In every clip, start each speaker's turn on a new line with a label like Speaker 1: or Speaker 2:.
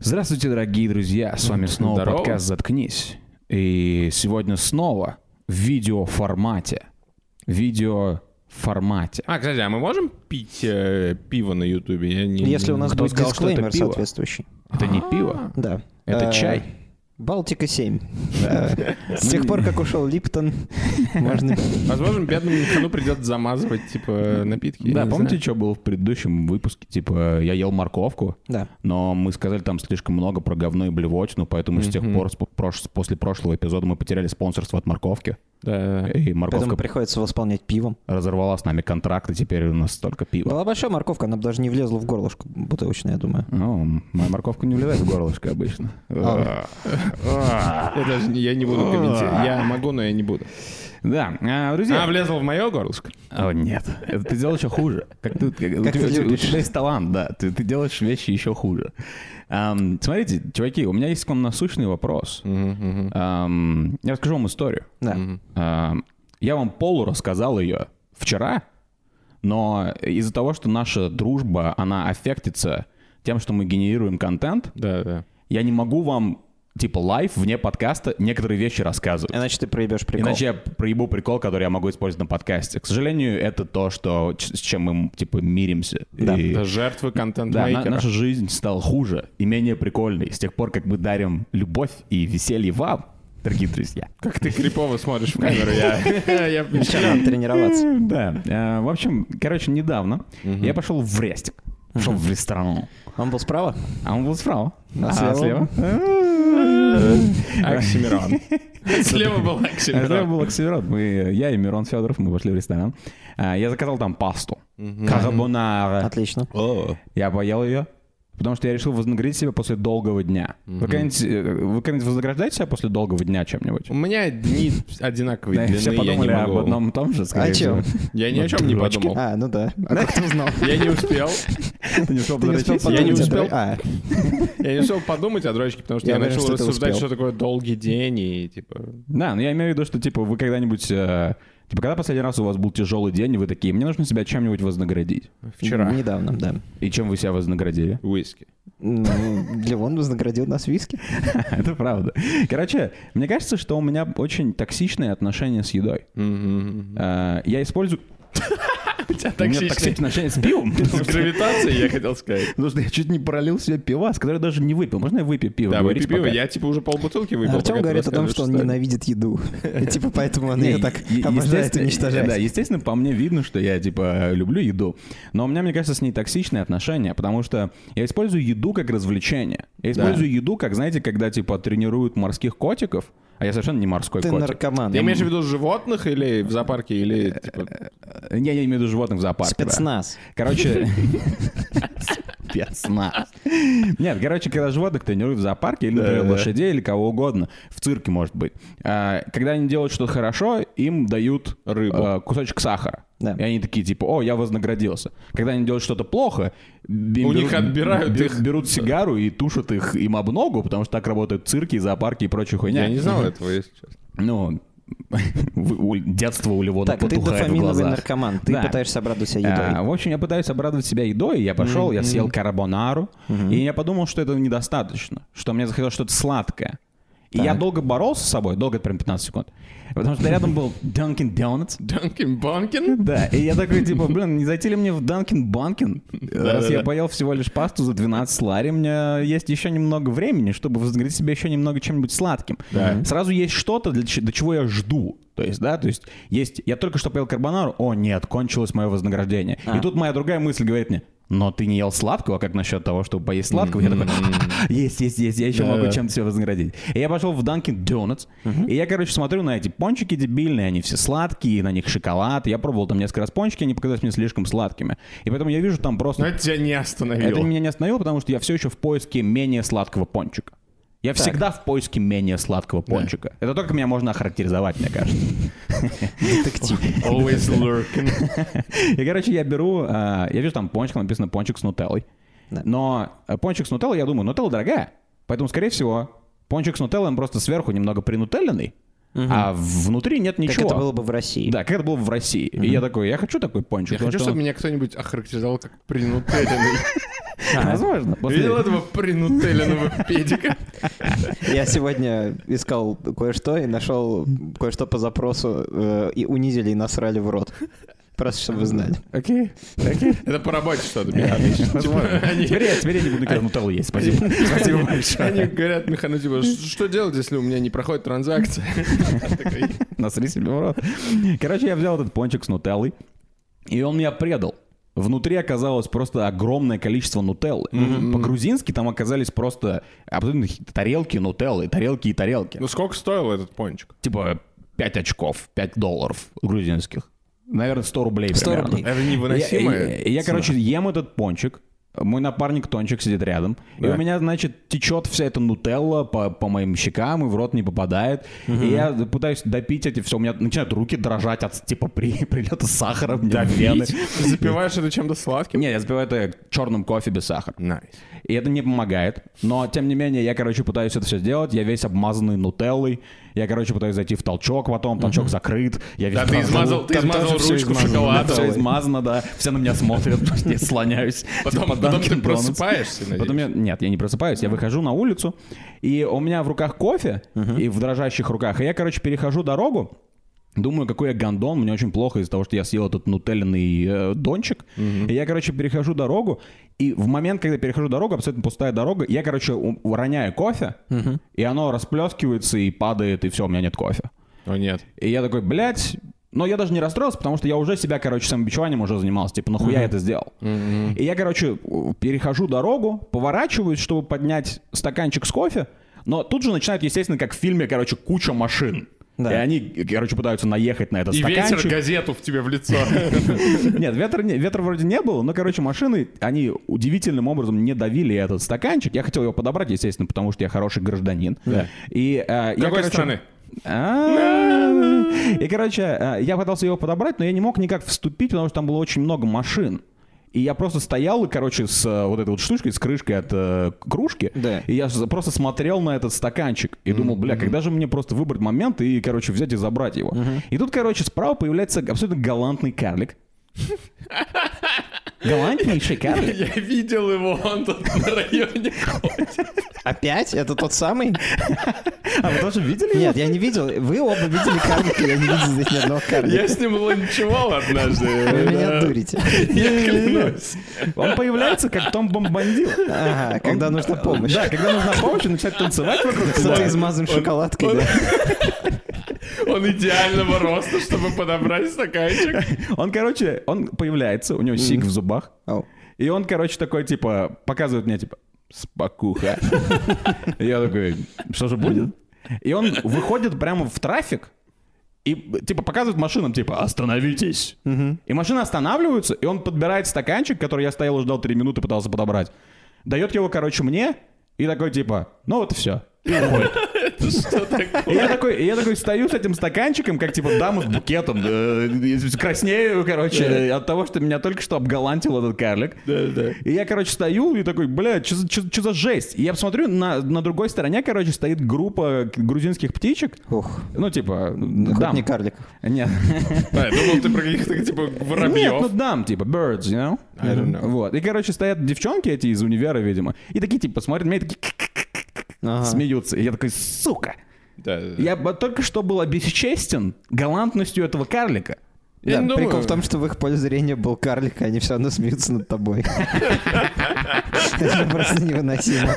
Speaker 1: Здравствуйте, дорогие друзья! С вами снова
Speaker 2: Здорово.
Speaker 1: подкаст «Заткнись». И сегодня снова в видеоформате. Видеоформате.
Speaker 2: А, кстати, а мы можем пить э, пиво на Ютубе? Я не-
Speaker 3: Если у нас
Speaker 1: Кто
Speaker 3: будет
Speaker 1: сказал, что это
Speaker 3: дисклеймер
Speaker 1: пиво?
Speaker 3: соответствующий.
Speaker 1: Это не пиво,
Speaker 3: Да.
Speaker 1: это
Speaker 3: Э,
Speaker 1: чай.
Speaker 3: Балтика 7. Да. С тех пор, как ушел Липтон, можно...
Speaker 2: Возможно, бедному Мишану придется замазывать, типа, напитки.
Speaker 1: Да, помните, что было в предыдущем выпуске? Типа, я ел морковку,
Speaker 3: Да.
Speaker 1: но мы сказали там слишком много про говно и блевотину, поэтому с тех пор, с по- прош- после прошлого эпизода, мы потеряли спонсорство от морковки.
Speaker 2: Да.
Speaker 1: И
Speaker 3: Поэтому
Speaker 1: морковка
Speaker 3: приходится восполнять пивом.
Speaker 1: разорвала с нами контракт, и теперь у нас только пиво.
Speaker 3: Была большая морковка, она бы даже не влезла в горлышко бутылочное, я думаю.
Speaker 1: Ну, моя морковка не влезает в горлышко обычно.
Speaker 2: Я даже не- я не буду комментировать. Я могу, но я не буду.
Speaker 1: Да, а, друзья.
Speaker 2: А, влезла в мое горлышко?
Speaker 1: О, А, нет. Это ты делал еще хуже. Как ты, как- у,
Speaker 3: Как ты
Speaker 1: тебя, у тебя- у
Speaker 3: любишь.
Speaker 1: тебя есть талант, да. Ты, ты делаешь вещи еще хуже. Ам, смотрите, чуваки, у меня есть к вам насущный вопрос. Ам, я расскажу вам историю.
Speaker 3: Да.
Speaker 1: Ам, я вам полу рассказал ее вчера, но из-за того, что наша дружба, она аффектится тем, что мы генерируем контент,
Speaker 2: Да, да.
Speaker 1: я не могу вам, типа, лайв вне подкаста некоторые вещи рассказывать.
Speaker 3: Иначе ты проебешь прикол.
Speaker 1: Иначе я проебу прикол, который я могу использовать на подкасте. К сожалению, это то, что, ч- с чем мы, типа, миримся.
Speaker 3: Да.
Speaker 1: И-
Speaker 2: Это жертвы
Speaker 1: да, на-
Speaker 2: контент-мейкера.
Speaker 1: наша жизнь стала хуже и менее прикольной с тех пор, как мы дарим любовь и веселье вам, дорогие друзья.
Speaker 2: Как ты крипово смотришь в камеру, я... я-
Speaker 3: Еще надо тренироваться.
Speaker 1: Да. э, В общем, короче, недавно я пошел в рестик. Пошел в ресторан.
Speaker 3: Он был справа?
Speaker 1: А он был справа.
Speaker 3: А
Speaker 1: А Э,
Speaker 3: слева?
Speaker 2: Оксимирон. Слева был
Speaker 1: А Это
Speaker 2: Оксимирон.
Speaker 1: был Оксимирон. Мы, э, я и Мирон Федоров, мы пошли в ресторан. А, Я заказал там пасту.
Speaker 2: А
Speaker 1: Карбонара.
Speaker 3: Отлично.
Speaker 1: Я поел ее, потому что я решил вознаградить себя после долгого дня. Вы когда-нибудь э, вы когда-нибудь вознаграждаете себя после долгого дня чем-нибудь?
Speaker 2: У меня дни одинаковые
Speaker 1: Да, и
Speaker 2: длины,
Speaker 1: все подумали
Speaker 2: я не
Speaker 1: об
Speaker 2: могу.
Speaker 1: одном и том же, скорее
Speaker 3: О А чем?
Speaker 1: всего.
Speaker 2: Я ни о чем не
Speaker 1: Дурачки.
Speaker 2: подумал.
Speaker 3: А, ну да. А как ты узнал?
Speaker 2: Я не успел.
Speaker 1: Ты не успел
Speaker 3: Ты не
Speaker 1: подойти? типа,
Speaker 3: успел
Speaker 2: Я не
Speaker 3: подумать, а
Speaker 2: успел.
Speaker 3: давай- А,
Speaker 2: Я не успел подумать о дрочке, потому что
Speaker 3: Я
Speaker 2: я,
Speaker 3: уверен,
Speaker 2: начал
Speaker 3: что ты
Speaker 2: рассуждать, что
Speaker 3: успел.
Speaker 2: такое долгий день и типа...
Speaker 1: Да, но я имею в виду, что, типа, вы когда-нибудь... э, Типа, когда последний раз у вас был тяжелый день, и вы такие, мне нужно себя чем-нибудь вознаградить.
Speaker 2: Вчера.
Speaker 3: Недавно, да.
Speaker 1: И чем вы себя вознаградили?
Speaker 2: Уиски.
Speaker 3: Ну, Левон вознаградил нас виски.
Speaker 1: Это правда. Короче, мне кажется, что у меня очень токсичные отношения с едой.
Speaker 2: Мгм.
Speaker 1: Э, Я использую...
Speaker 2: У тебя
Speaker 1: У меня токсичные отношения с пивом.
Speaker 2: С гравитацией, я хотел сказать.
Speaker 1: Потому что я чуть не пролил себе пивас, который даже не выпил. Можно я выпью пиво?
Speaker 2: Да, выпей
Speaker 1: Говорите
Speaker 2: пиво.
Speaker 1: пока.
Speaker 2: Я типа уже полбутылки выпил. пока
Speaker 3: Артем
Speaker 2: ты
Speaker 3: говорит о том,
Speaker 2: рассказываешь
Speaker 3: что он
Speaker 2: историю.
Speaker 3: ненавидит еду. И, Типа поэтому он
Speaker 1: Не,
Speaker 3: ее так
Speaker 1: е-
Speaker 3: обожает
Speaker 1: естественно, Да,
Speaker 3: уничтожать.
Speaker 1: естественно, по мне видно, что я, типа, люблю еду. Но у меня, мне кажется, с ней токсичные отношения, потому что я использую еду как развлечение. Я использую еду как, знаете, когда, типа, тренируют морских котиков, а я совершенно не морской
Speaker 3: Ты
Speaker 1: котик.
Speaker 3: наркоман.
Speaker 2: Ты имеешь в виду животных или в зоопарке, или типа...
Speaker 1: Не, я имею в виду животных в зоопарке. да.
Speaker 3: Спецназ.
Speaker 1: Короче... Спецназ. Нет, короче, когда животных тренируют в зоопарке, или, например, лошадей, или кого угодно, в цирке, может быть, а, когда они делают что-то хорошо, им дают
Speaker 2: Рыбу.
Speaker 1: а, кусочек сахара.
Speaker 3: Да.
Speaker 1: И они такие, типа, о, я вознаградился. Когда они делают что-то плохо, б-
Speaker 2: У них отбирают
Speaker 1: бе-
Speaker 2: их.
Speaker 1: берут сигару и тушат их им об ногу, потому что так работают цирки, зоопарки и прочая хуйня.
Speaker 2: Я не знал этого, если честно.
Speaker 1: Ну, у- у- детство у Левона
Speaker 3: Так, ты
Speaker 1: потухает в
Speaker 3: дофаминовый
Speaker 1: глазах.
Speaker 3: наркоман. Ты
Speaker 1: Да.
Speaker 3: пытаешься обрадовать себя
Speaker 1: А,
Speaker 3: едой.
Speaker 1: в общем, я пытаюсь обрадовать себя едой. Я пошел, я съел карбонару, и я подумал, что этого недостаточно, что мне захотелось что-то сладкое. И я долго боролся с собой, долго, это прям 15 секунд, потому что рядом был Dunkin' Donuts.
Speaker 2: Данкин Банкин?
Speaker 1: Да, и я такой, типа, блин, не зайти ли мне в Dunkin' Банкин? Раз
Speaker 2: да,
Speaker 1: я
Speaker 2: да.
Speaker 1: поел всего лишь пасту за 12 лари, у меня есть еще немного времени, чтобы вознаградить себя еще немного чем-нибудь сладким.
Speaker 2: Да.
Speaker 1: Сразу есть что-то, для ч- до чего я жду. То есть, да, то есть, есть, я только что поел карбонару, о нет, кончилось мое вознаграждение. И тут моя другая мысль говорит мне, но ты не ел сладкого, как насчет того, чтобы поесть сладкого? Я такой, «Ха-ха, есть, есть, есть, я еще могу
Speaker 2: Да-да.
Speaker 1: чем-то себя вознаградить. И я пошел в Dunkin' Donuts, и я, короче, смотрю на эти пончики дебильные, они все сладкие, на них шоколад. Я пробовал там несколько раз пончики, они показались мне слишком сладкими. И поэтому я вижу там просто
Speaker 2: Но Ну, это тебя не
Speaker 1: это
Speaker 2: остановило.
Speaker 1: меня не остановило, потому что я все еще в поиске менее сладкого пончика. Я всегда в поиске менее сладкого пончика. Это только меня можно охарактеризовать, мне кажется.
Speaker 3: Детектив.
Speaker 2: Always lurking.
Speaker 1: И, короче, я беру... э, Я вижу там пончик, написано пончик с нутеллой.
Speaker 3: Да.
Speaker 1: Но э, пончик с нутеллой, я думаю, нутелла дорогая. Поэтому, скорее всего, пончик с нутеллой, он просто сверху немного принутелленный. а внутри нет
Speaker 3: Как
Speaker 1: ничего.
Speaker 3: это было бы в России.
Speaker 1: Да, как это было в России. И я такой, я хочу такой пончик.
Speaker 2: Я
Speaker 1: потому
Speaker 2: хочу,
Speaker 1: что
Speaker 2: чтобы меня кто-нибудь охарактеризовал как принутеленный.
Speaker 1: он- А, Возможно. после-
Speaker 2: Видел этого принутеленного педика?
Speaker 3: Я сегодня искал кое-что и нашел кое-что по запросу э, и унизили и насрали в рот. Просто чтобы вы знали.
Speaker 1: Окей, окей.
Speaker 2: Это по работе
Speaker 3: Э,
Speaker 2: что-то. Миха. Типа, они-
Speaker 1: Теперь я, теперь я не буду когда нутеллу есть. Спасибо. Спасибо
Speaker 2: Они
Speaker 1: большое.
Speaker 2: говорят, Михану, типа, «Ш- что делать, если у меня не проходит транзакция? Я такой,
Speaker 1: Насри себе в рот. Короче, я взял этот пончик с нутеллой, и он меня предал. Внутри оказалось просто огромное количество нутеллы. По-грузински там оказались просто абсолютно хи- тарелки нутеллы, тарелки и тарелки.
Speaker 2: Ну сколько стоил этот пончик?
Speaker 1: Типа 5 очков, 5 долларов грузинских. Наверное, 100 рублей
Speaker 3: 100
Speaker 1: примерно.
Speaker 3: рублей.
Speaker 2: Это
Speaker 1: Я, я-
Speaker 2: невыносимое.
Speaker 1: я, короче, ем этот пончик. Мой напарник Тончик сидит рядом. И
Speaker 2: Да.
Speaker 1: у меня, значит, течет вся эта нутелла по, по моим щекам и в рот не попадает. И я пытаюсь допить эти все. У меня начинают руки дрожать от типа при, прилета сахара мне в вены.
Speaker 2: Запиваешь это чем-то сладким?
Speaker 1: Не, я запиваю это черным кофе без сахара.
Speaker 2: Найс.
Speaker 1: И это не помогает. Но, тем не менее, я, короче, пытаюсь это все сделать. Я весь обмазанный нутеллой. Я, короче, пытаюсь зайти в толчок потом. Толчок закрыт. Я весь
Speaker 2: Да, ты
Speaker 1: дрожу.
Speaker 2: измазал, ты
Speaker 1: Там
Speaker 2: измазал
Speaker 1: тоже всё
Speaker 2: ручку
Speaker 1: измазано.
Speaker 2: шоколадом.
Speaker 1: Все измазано, да. Все на меня смотрят, потому что я слоняюсь.
Speaker 2: Потом, а
Speaker 1: типа
Speaker 2: потом ты
Speaker 1: Dunkin' Donuts.
Speaker 2: просыпаешься, надеюсь.
Speaker 1: Потом я, нет, я не просыпаюсь, я выхожу на улицу, и у меня в руках кофе, и в дрожащих руках, и я, короче, перехожу дорогу, Думаю, какой я гондон, мне очень плохо из-за того, что я съел этот нутелленный э, дончик. И я, короче, перехожу дорогу, и в момент, когда я перехожу дорогу, абсолютно пустая дорога, я, короче, у- уроняю кофе, и оно расплескивается и падает, и все, у меня нет кофе.
Speaker 2: О, нет.
Speaker 1: И я такой, блядь, но я даже не расстроился, потому что я уже себя, короче, самобичеванием уже занимался. Типа, нахуя я это сделал? И я, короче, у- перехожу дорогу, поворачиваюсь, чтобы поднять стаканчик с кофе, но тут же начинают, естественно, как в фильме, короче, куча машин.
Speaker 3: Да.
Speaker 1: И они, короче, пытаются наехать на этот
Speaker 2: И
Speaker 1: стаканчик.
Speaker 2: ветер газету в тебе в лицо.
Speaker 1: Нет, ветра, не- ветра вроде не было, но, короче, машины, они удивительным образом не давили этот стаканчик. Я хотел его подобрать, естественно, потому что я хороший гражданин. И, э, я,
Speaker 2: Какой
Speaker 1: короче-
Speaker 2: страны?
Speaker 1: А-а-а. И, короче, э, я пытался его подобрать, но я не мог никак вступить, потому что там было очень много машин. И я просто стоял, и, короче, с э, вот этой вот штучкой, с крышкой от э, кружки,
Speaker 3: Да.
Speaker 1: и я с- просто смотрел на этот стаканчик и думал, бля, когда же мне просто выбрать момент и, короче, взять и забрать его. И тут, короче, справа появляется абсолютно галантный карлик. Галантнейший карлик.
Speaker 2: Я видел его, он тут на районе.
Speaker 3: Опять? Это тот самый?
Speaker 1: А вы тоже видели его?
Speaker 3: Нет, я не видел. Вы оба видели карлика, я не видел здесь ни одного карлика.
Speaker 2: Я с ним ланчевал однажды.
Speaker 3: Вы меня дурите.
Speaker 2: Я клянусь.
Speaker 1: Он появляется как Том Бомбандил.
Speaker 3: Ага, когда нужна помощь.
Speaker 1: Да, когда нужна помощь, он начинает танцевать вокруг
Speaker 3: Кто-то
Speaker 1: тебя.
Speaker 3: измазан шоколадкой, да?
Speaker 2: Он идеального роста, чтобы подобрать стаканчик.
Speaker 1: Он, короче, он появляется, у него сик в зубах.
Speaker 3: Ау.
Speaker 1: И он, короче, такой, типа, показывает мне, типа, спокуха. Я такой, что же будет? И он выходит прямо в трафик и, типа, показывает машинам, типа, остановитесь. И машины останавливаются, и он подбирает стаканчик, который я стоял и ждал три минуты, пытался подобрать. Дает его, короче, мне, и такой, типа, ну вот и все.
Speaker 2: Что такое?
Speaker 1: И я такой, и я такой стою с этим стаканчиком, как типа дама с букетом, э, и краснею, короче, э, от того, что меня только что обгалантил этот карлик. И я, короче, стою и такой, блядь, что за, чё за- чё за жесть? И я посмотрю, на, на другой стороне, короче, стоит группа грузинских птичек.
Speaker 3: Ух.
Speaker 1: Ну, типа,
Speaker 3: Хоть
Speaker 1: дам.
Speaker 3: не карликов.
Speaker 1: Нет.
Speaker 2: А, я думал, ты про каких-то, типа,
Speaker 1: Нет, ну
Speaker 2: воробьев.
Speaker 1: дам, типа, birds, you know?
Speaker 2: I don't know.
Speaker 1: Вот. И, короче, стоят девчонки эти из универа, видимо, и такие, типа, смотрят на меня и такие
Speaker 3: Ага.
Speaker 1: смеются. И я такой, сука,
Speaker 2: Да, да, да.
Speaker 1: Я бы только что был обесчестен галантностью этого карлика.
Speaker 2: Я
Speaker 3: Да,
Speaker 2: не думаю.
Speaker 3: прикол в том, что в их поле зрения был карлик, и они все равно смеются над тобой. Это просто невыносимо.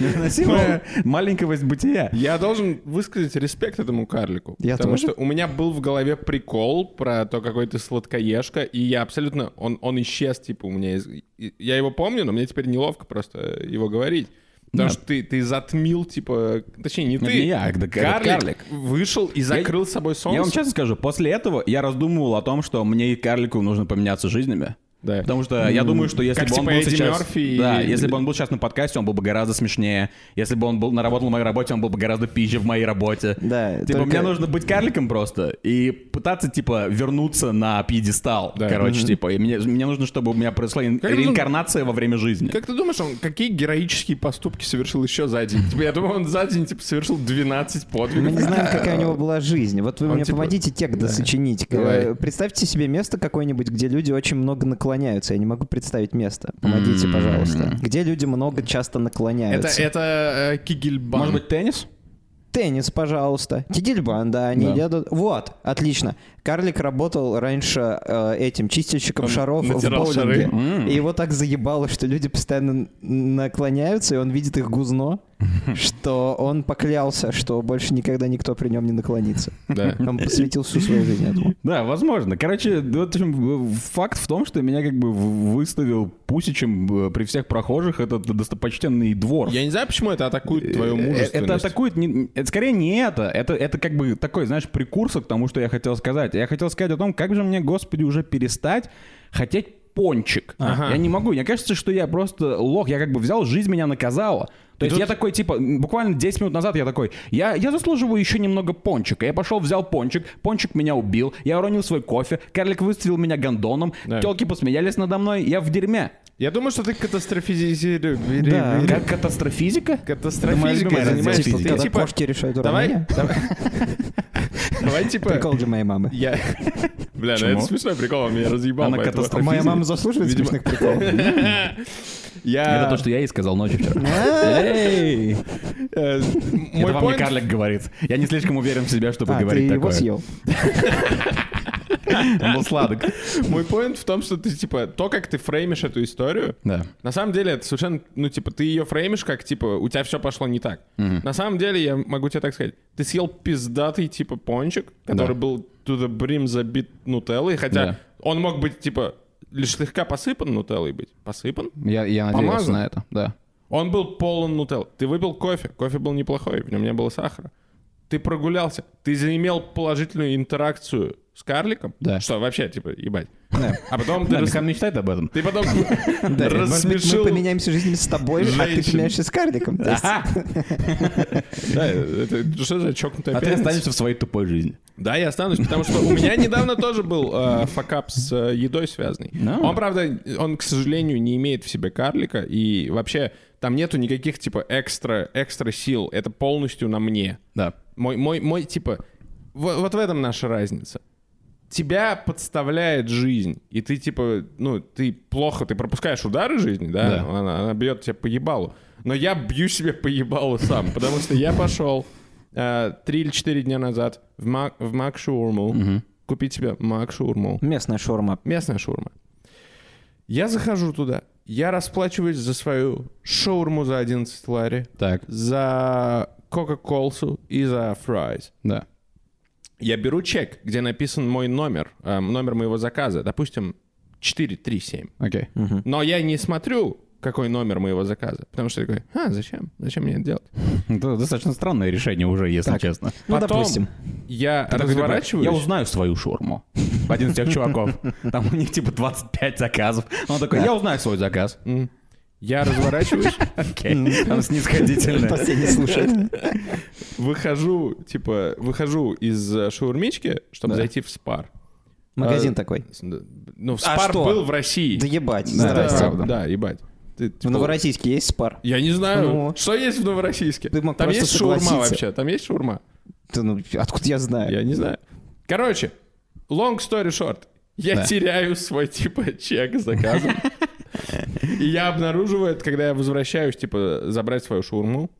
Speaker 1: Невыносимая маленькость Типа, бытия.
Speaker 2: Я должен высказать респект этому карлику.
Speaker 3: Я
Speaker 2: потому
Speaker 3: тоже.
Speaker 2: что у меня был в голове прикол про то, какой ты сладкоежка, и я абсолютно... Он, он исчез, типа, у меня... из- и- Я его помню, но мне теперь неловко просто его говорить. Потому
Speaker 1: Да.
Speaker 2: что ты, ты затмил, типа... Точнее, не
Speaker 1: Это
Speaker 2: ты.
Speaker 1: не я, это кар-
Speaker 2: карлик,
Speaker 1: карлик.
Speaker 2: вышел и закрыл с собой солнце.
Speaker 1: Я вам честно скажу, после этого я раздумывал о том, что мне и карлику нужно поменяться жизнями.
Speaker 2: Да.
Speaker 1: Потому что я думаю, что если
Speaker 2: Как
Speaker 1: бы он
Speaker 2: типа
Speaker 1: был
Speaker 2: Эдди
Speaker 1: сейчас...
Speaker 2: Мёрфи и-
Speaker 1: Да, если бы он был сейчас на подкасте, он был бы гораздо смешнее. Если бы он был наработал на моей работе, он был бы гораздо пизже в моей работе.
Speaker 3: Да,
Speaker 1: Типа,
Speaker 3: только-
Speaker 1: мне нужно быть карликом просто и пытаться, типа, вернуться на пьедестал.
Speaker 2: Да.
Speaker 1: Короче, типа, и мне, мне нужно, чтобы у меня произошла ин-
Speaker 2: Как это
Speaker 1: реинкарнация во время жизни.
Speaker 2: Как ты думаешь, он какие героические поступки совершил еще за день? Типа, я думаю, он за день типа, совершил 12 подвигов.
Speaker 3: Мы не знаем, какая у него была жизнь. Вот вы
Speaker 2: Он
Speaker 3: мне
Speaker 2: типа-
Speaker 3: помогите текст досочинить.
Speaker 2: Давай.
Speaker 3: Э, Представьте себе место какое-нибудь, где люди очень много наклоняются. Я не могу представить место. Помогите,
Speaker 1: М.
Speaker 3: пожалуйста. Где люди много часто
Speaker 2: М-м-м. Это,
Speaker 3: наклоняются.
Speaker 2: это э, Кигельбан.
Speaker 1: Может быть, теннис?
Speaker 3: Теннис, пожалуйста. Тидельбан, да, они
Speaker 2: Да.
Speaker 3: едут. Вот, отлично. Карлик работал раньше э, этим чистильщиком
Speaker 2: Он
Speaker 3: шаров в
Speaker 2: натирал
Speaker 3: боулинге.
Speaker 2: шары.
Speaker 1: М.
Speaker 3: И его так заебало, что люди постоянно н- наклоняются, и он видит их гузно, что он поклялся, что больше никогда никто при нем не наклонится.
Speaker 2: Да.
Speaker 3: Он посвятил всю свою жизнь этому.
Speaker 1: Да, возможно. Короче, вот, в общем, в- факт в том, что меня как бы в- выставил пусичем э, при всех прохожих этот достопочтенный двор.
Speaker 2: Я не знаю, почему это атакует твою мужественность.
Speaker 1: Э, Это атакует, не- это скорее не это. это. Это как бы такой, знаешь, прекурсор к тому, что я хотел сказать. Я хотел сказать о том, как же мне, господи, уже перестать хотеть пончик.
Speaker 2: Ага.
Speaker 1: Я не могу. Мне кажется, что я просто лох. Я как бы взял, жизнь меня наказала. То есть
Speaker 2: тут-
Speaker 1: я такой, типа, м, буквально 10 минут назад я такой, я, я заслуживаю еще немного пончика. Я пошел, взял пончик, пончик меня убил, я уронил свой кофе, карлик выставил меня гондоном,
Speaker 2: Да.
Speaker 1: телки посмеялись надо мной, я в дерьме.
Speaker 2: Я думаю, что ты катастрофизируешь.
Speaker 3: Да.
Speaker 1: Как катастрофизика? Моя
Speaker 2: Катастрофизикой
Speaker 1: любимая
Speaker 2: занимаешься.
Speaker 1: раздел
Speaker 2: Ты
Speaker 3: Когда
Speaker 2: типа-
Speaker 3: кошки решают
Speaker 2: Давай,
Speaker 3: уравнение.
Speaker 2: давай. Давай,
Speaker 3: Прикол
Speaker 2: типа...
Speaker 3: для моей мамы.
Speaker 2: Я... Бля, ну
Speaker 1: Почему?
Speaker 2: это смешной прикол, он меня разъебал.
Speaker 1: Она
Speaker 2: поэтому-
Speaker 1: катастроф-
Speaker 3: Моя
Speaker 1: физика.
Speaker 3: мама заслуживает
Speaker 2: Видимо.
Speaker 3: смешных приколов. А,
Speaker 2: Я... А.
Speaker 1: Это то, что я ей сказал ночью вчера.
Speaker 3: Эй!
Speaker 2: э, Мой
Speaker 1: Это вам не
Speaker 2: point...
Speaker 1: карлик говорит. Я не слишком уверен в себе, чтобы
Speaker 3: А, ты
Speaker 1: говорить
Speaker 3: его
Speaker 1: такое.
Speaker 3: съел.
Speaker 1: Он был сладок.
Speaker 2: Мой point в том, что ты, типа, то, как ты фреймишь эту историю,
Speaker 1: Да.
Speaker 2: На самом деле это совершенно, ну, типа, ты ее фреймишь как, типа, у тебя все пошло не так. На самом деле, я могу тебе так сказать, ты съел пиздатый, типа, пончик,
Speaker 1: Да.
Speaker 2: который был to the brim забит нутеллой, хотя
Speaker 1: Да.
Speaker 2: он мог быть, типа, лишь слегка посыпан нутеллой быть. Посыпан?
Speaker 1: Я, я
Speaker 2: надеялся
Speaker 1: надеялся
Speaker 2: Помазан?
Speaker 1: на
Speaker 2: на
Speaker 1: это, да.
Speaker 2: Он был полон нутеллы. Ты выпил кофе, кофе был неплохой, в нем не было сахара. Ты прогулялся, ты заимел положительную интеракцию с карликом,
Speaker 1: Да.
Speaker 2: что вообще, типа, ебать.
Speaker 3: Да.
Speaker 2: А потом ты,
Speaker 1: Да,
Speaker 2: рас-
Speaker 1: Михан мечтает об этом.
Speaker 2: ты потом
Speaker 3: Да, может быть, мы
Speaker 2: рассмешил...
Speaker 3: поменяемся жизнями с тобой, а ты
Speaker 2: женщин.
Speaker 3: поменяешься с карликом. То есть-
Speaker 2: Да, это- что за чокнутая
Speaker 1: А ты
Speaker 2: пьяница?
Speaker 1: останешься в своей тупой жизни.
Speaker 2: Да, я останусь, потому что у меня недавно тоже был э, факап с э, едой связанный.
Speaker 1: Да.
Speaker 2: Он, правда, он, к сожалению, не имеет в себе карлика, и вообще там нету никаких, типа, экстра, экстра сил. Это полностью на мне.
Speaker 1: Да.
Speaker 2: Мой, мой, мой, типа, во- вот в этом наша разница. Тебя подставляет жизнь, и ты, типа, ну, ты плохо, ты пропускаешь удары жизни, да?
Speaker 1: Да.
Speaker 2: Она, она бьет тебя по ебалу. Но я бью себе по ебалу сам, потому что я пошел э, три или четыре дня назад в, Мак, в Макшурму купить себе Макшурму.
Speaker 3: Местная шаурма.
Speaker 2: Местная шаурма. Я захожу туда, я расплачиваюсь за свою шаурму за 11 лари,
Speaker 1: Так,
Speaker 2: за Кока-Колсу и за фрайс.
Speaker 1: да.
Speaker 2: Я беру чек, где написан мой номер, эм, номер моего заказа, допустим, 437.
Speaker 1: Окей.
Speaker 3: Хм.
Speaker 2: Но я не смотрю, какой номер моего заказа, потому что я такой, а, зачем? Зачем мне это делать?
Speaker 1: Это достаточно странное решение уже, если честно.
Speaker 3: Ну,
Speaker 2: Потом
Speaker 3: допустим.
Speaker 2: я
Speaker 1: Такой, типа,
Speaker 2: разворачиваюсь.
Speaker 1: Я узнаю свою шурму. Один из тех чуваков. Там у них типа 25 заказов. Он такой, я узнаю свой заказ.
Speaker 2: М. Я разворачиваюсь,
Speaker 1: Окей. Он снисходительный.
Speaker 3: Последний слушает.
Speaker 2: выхожу, типа, выхожу из э, шаурмички, чтобы зайти в спар.
Speaker 3: Магазин
Speaker 2: А,
Speaker 3: такой.
Speaker 2: С- да, Ну,
Speaker 3: А
Speaker 2: спар
Speaker 3: что?
Speaker 2: был в России.
Speaker 3: Да ебать,
Speaker 1: Да,
Speaker 2: Да,
Speaker 3: здрасте.
Speaker 1: правда.
Speaker 2: Да, ебать. Ты,
Speaker 3: В
Speaker 2: типа,
Speaker 3: Новороссийске есть спар?
Speaker 2: Я не знаю,
Speaker 3: Ну.
Speaker 2: что есть в Новороссийске.
Speaker 3: Ты мог
Speaker 2: Там
Speaker 3: просто
Speaker 2: есть шаурма
Speaker 3: согласиться.
Speaker 2: вообще? Там есть шаурма?
Speaker 3: Да ну, откуда я знаю?
Speaker 2: Я не знаю. Короче, long story short. Я
Speaker 1: Да.
Speaker 2: теряю свой, типа, чек с заказом. И я обнаруживаю это, когда я возвращаюсь, типа, забрать свою шаурму.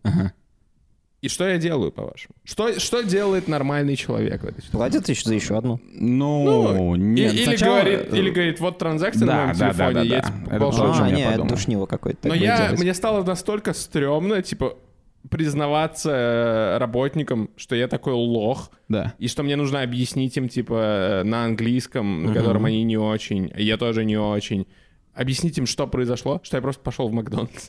Speaker 2: И что я делаю, по-вашему? Что, что делает нормальный человек в этой ситуации?
Speaker 3: Платят еще за еще одну.
Speaker 1: Ну, нет.
Speaker 2: И- или,
Speaker 1: сначала-
Speaker 2: говорит, или говорит, вот
Speaker 1: Да,
Speaker 2: транзакция на моем
Speaker 1: да, да,
Speaker 2: телефоне,
Speaker 1: да,
Speaker 2: я,
Speaker 1: да.
Speaker 2: типа,
Speaker 1: Это
Speaker 2: должен
Speaker 1: тоже
Speaker 3: а,
Speaker 1: чем я
Speaker 3: не, это
Speaker 1: подумал.
Speaker 3: душнило какое-то.
Speaker 2: Но
Speaker 3: так будет
Speaker 2: я,
Speaker 3: делать.
Speaker 2: мне стало настолько стрёмно, типа, признаваться э, работникам, что я такой лох,
Speaker 1: Да.
Speaker 2: и что мне нужно объяснить им, типа, э, на английском, на котором они не очень, и я тоже не очень. Объяснить им, что произошло, что я просто пошел в Макдональдс.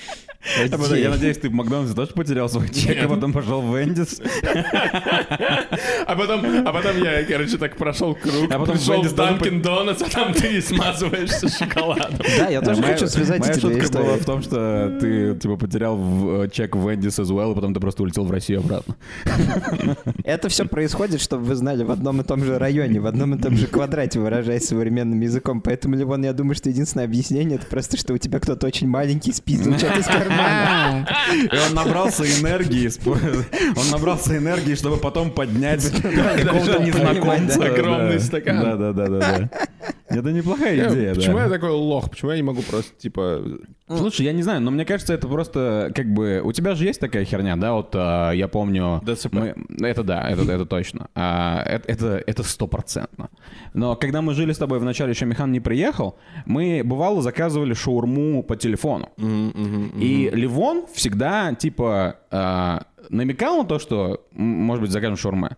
Speaker 1: Я надеюсь, ты в Макдональдсе тоже потерял свой чек, а потом пошел в Вендис.
Speaker 2: А потом, а потом я, короче, так прошел круг,
Speaker 1: А потом
Speaker 2: пришел
Speaker 1: Вендис
Speaker 2: в
Speaker 1: должен
Speaker 2: Данкин Донатс, а там ты смазываешься шоколадом.
Speaker 3: Да, я тоже
Speaker 1: Моя-
Speaker 3: хочу связать
Speaker 1: моя
Speaker 3: эти две
Speaker 1: шутка была
Speaker 3: истории.
Speaker 1: в том, что ты типа потерял в- э, чек в Вендис as well, и потом ты просто улетел в Россию обратно.
Speaker 3: Это все происходит, чтобы вы знали, в одном и том же районе, в одном и том же квадрате, выражаясь современным языком. Поэтому, Ливон, я думаю, что единственное объяснение — это просто, что у тебя кто-то очень маленький спиздил что-то из кармана.
Speaker 1: И он набрался энергии, спо- он набрался энергии, чтобы потом поднять какого-то
Speaker 3: понимать,
Speaker 1: незнакомца.
Speaker 2: да. Огромный
Speaker 1: Да.
Speaker 2: стакан. Э,
Speaker 1: Да, да, да, да, да. Это неплохая идея,
Speaker 2: Почему
Speaker 1: да.
Speaker 2: я такой лох? Почему я не могу просто, типа...
Speaker 1: Слушай, я не знаю, но мне кажется, это просто как бы... У тебя же есть такая херня, да? Вот а, я помню...
Speaker 2: ДЦП.
Speaker 1: мы- Это да, это, это точно. А, это- это это стопроцентно. Но когда мы жили с тобой, вначале еще Михан не приехал, мы, бывало, заказывали шаурму по телефону. И Ливон всегда, типа, а, намекал на то, что, м, может быть, закажем шаурмы.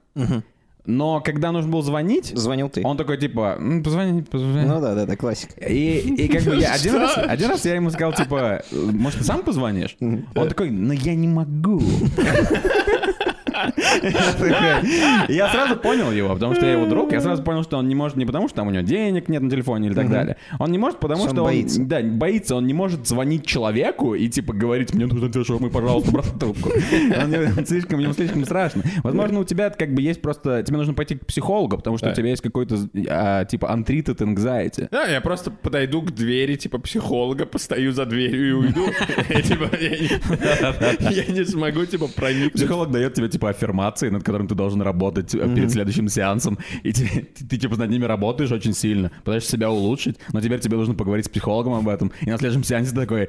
Speaker 1: Но когда нужно было звонить,
Speaker 3: Звонил ты.
Speaker 1: он такой, типа, «М, позвони, позвони.
Speaker 3: Ну да, да, да, классика.
Speaker 1: И, и как бы я один
Speaker 2: Что?
Speaker 1: раз, один раз я ему сказал, типа, может, ты сам позвонишь? Он такой, ну я не могу. Я такой, Я сразу понял его, потому что я его друг, я сразу понял, что он не может не потому, что там у него денег нет на телефоне или так далее. Он не может, потому
Speaker 3: Что он
Speaker 1: что он
Speaker 3: боится.
Speaker 1: да, боится, он не может звонить человеку и типа говорить, мне нужно тебе шаурмы, пожалуйста, брат, трубку. Он не- он слишком, ему слишком страшно. Возможно, у тебя как бы есть просто, тебе нужно пойти к психологу, потому что у
Speaker 2: Да.
Speaker 1: тебя есть какой-то а, типа untreated anxiety.
Speaker 2: Да, я просто подойду к двери, типа, психолога, постою за дверью и уйду. Я, типа, я не- я не смогу, типа, проникнуть.
Speaker 1: Психолог дает тебе, типа, аффирмации, над которым ты должен работать э, перед следующим сеансом. И тебе- ты, ты, типа, над ними работаешь очень сильно, пытаешься себя улучшить, но теперь тебе нужно поговорить с психологом об этом. И на следующем сеансе ты такой, «Э,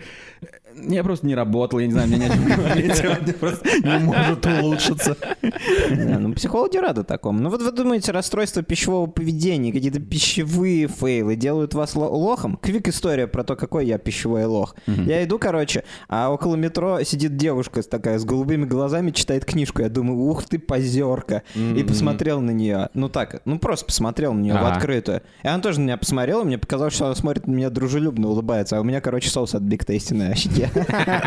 Speaker 1: я просто не работал, я не знаю, мне не о чем говорить, он просто не может улучшиться.
Speaker 3: Да, ну психологи рады такому. Ну вот вы думаете, расстройство пищевого поведения, какие-то пищевые фейлы делают вас ло- лохом? Квик история про то, какой я пищевой лох. Я иду, короче, а около метро сидит девушка с- такая с голубыми глазами, читает книжку. Я думаю, ух ты, позерка. И посмотрел на нее. Ну так, ну просто посмотрел на нее в
Speaker 1: Ага.
Speaker 3: открытую. И она тоже на меня посмотрела, мне показалось, что она смотрит на меня дружелюбно, улыбается. А у меня, короче, соус от Биг Тейсти на щеке.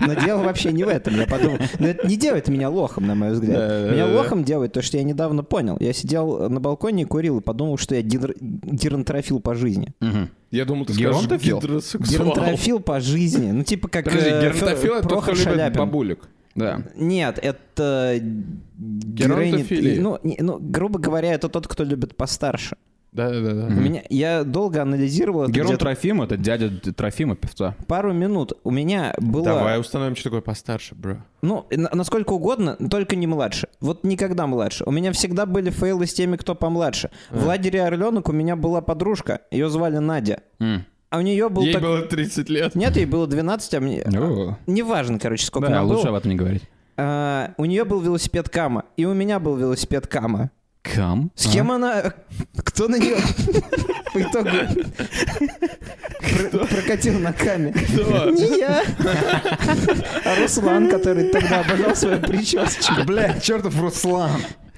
Speaker 3: Но дело вообще не в этом. Я подумал, но это не делает меня лохом, на мой взгляд.
Speaker 2: Да,
Speaker 3: Меня
Speaker 2: да, да.
Speaker 3: лохом делает то, что я недавно понял. Я сидел на балконе и курил, и подумал, что я дидр- геронтрофил по жизни.
Speaker 2: Я думал, ты скажешь
Speaker 1: Геронтофил?
Speaker 2: гидросексуал.
Speaker 3: Геронтрофил по жизни. Ну, типа как...
Speaker 2: Подожди,
Speaker 3: э,
Speaker 2: геронтофил —
Speaker 3: Фе-
Speaker 2: это тот, кто
Speaker 3: Прохор
Speaker 2: любит
Speaker 3: Шаляпин.
Speaker 2: бабулек.
Speaker 1: Да.
Speaker 3: Нет, это... Геронтофилия.
Speaker 2: Геронтофилия.
Speaker 3: Ну, не- ну, грубо говоря, это тот, кто любит постарше. У
Speaker 2: Да-да-да.
Speaker 3: Меня, я долго анализировал это
Speaker 1: Герон
Speaker 3: где-то
Speaker 1: Трофима, это дядя Трофима, певца.
Speaker 3: пару минут. У меня было...
Speaker 2: Давай установим, что такое постарше, бро.
Speaker 3: Ну, и на- насколько угодно, только не младше. Вот никогда младше. У меня всегда были фейлы с теми, кто помладше. В лагере Орленок у меня была подружка, ее звали Надя.
Speaker 1: М.
Speaker 3: А у нее был
Speaker 2: Ей
Speaker 3: так...
Speaker 2: было 30 лет.
Speaker 3: Нет, ей было 12, а мне...
Speaker 1: О.
Speaker 3: Неважно, короче, сколько
Speaker 1: Да,
Speaker 3: нам
Speaker 1: лучше об
Speaker 3: было.
Speaker 1: этом не говорить.
Speaker 3: А, у нее был велосипед Кама, и у меня был велосипед Кама.
Speaker 1: Кам?
Speaker 3: С кем она... Кто на нее по итогу пр- прокатил на Каме?
Speaker 2: Кто?
Speaker 3: Не я, а Руслан, который тогда обожал свою причесочку.
Speaker 1: Бля, чертов Руслан.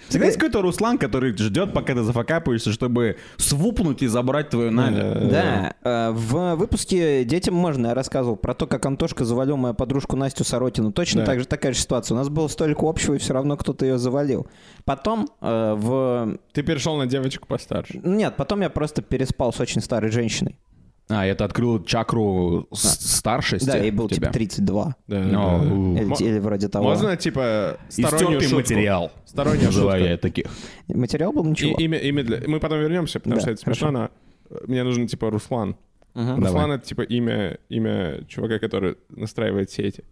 Speaker 1: Всегда есть какой-то Руслан, который ждет, пока ты зафакапаешься, чтобы свупнуть и забрать твою нами.
Speaker 3: Да, э, в выпуске «Детям можно» я рассказывал про то, как Антошка завалил мою подружку Настю Соротину. Точно
Speaker 2: Да.
Speaker 3: так же такая же ситуация. У нас было столько общего, и все равно кто-то ее завалил. Потом э, в... ну,
Speaker 2: Ты перешел на девочку постарше.
Speaker 3: Нет, потом я просто переспал с очень старой женщиной.
Speaker 1: А, это открыл чакру с- старшести
Speaker 3: да, ей было
Speaker 1: у тебя.
Speaker 3: типа 32.
Speaker 2: Да,
Speaker 1: Но,
Speaker 2: да, да.
Speaker 1: у. э,
Speaker 3: Или,
Speaker 2: Мо-
Speaker 3: или вроде того.
Speaker 2: Можно, типа, стороннюю
Speaker 1: Истертый
Speaker 2: шутку?
Speaker 1: материал.
Speaker 2: Сторонняя
Speaker 1: Называю
Speaker 2: шутка.
Speaker 1: я таких.
Speaker 3: Материал был
Speaker 2: И-
Speaker 3: ничего.
Speaker 2: имя, имя для... Мы потом вернемся, потому
Speaker 3: Да,
Speaker 2: что это смешно, но э, мне нужен, типа, Руслан.
Speaker 3: Мгм.
Speaker 2: Руслан — это, типа, имя, имя чувака, который настраивает сети.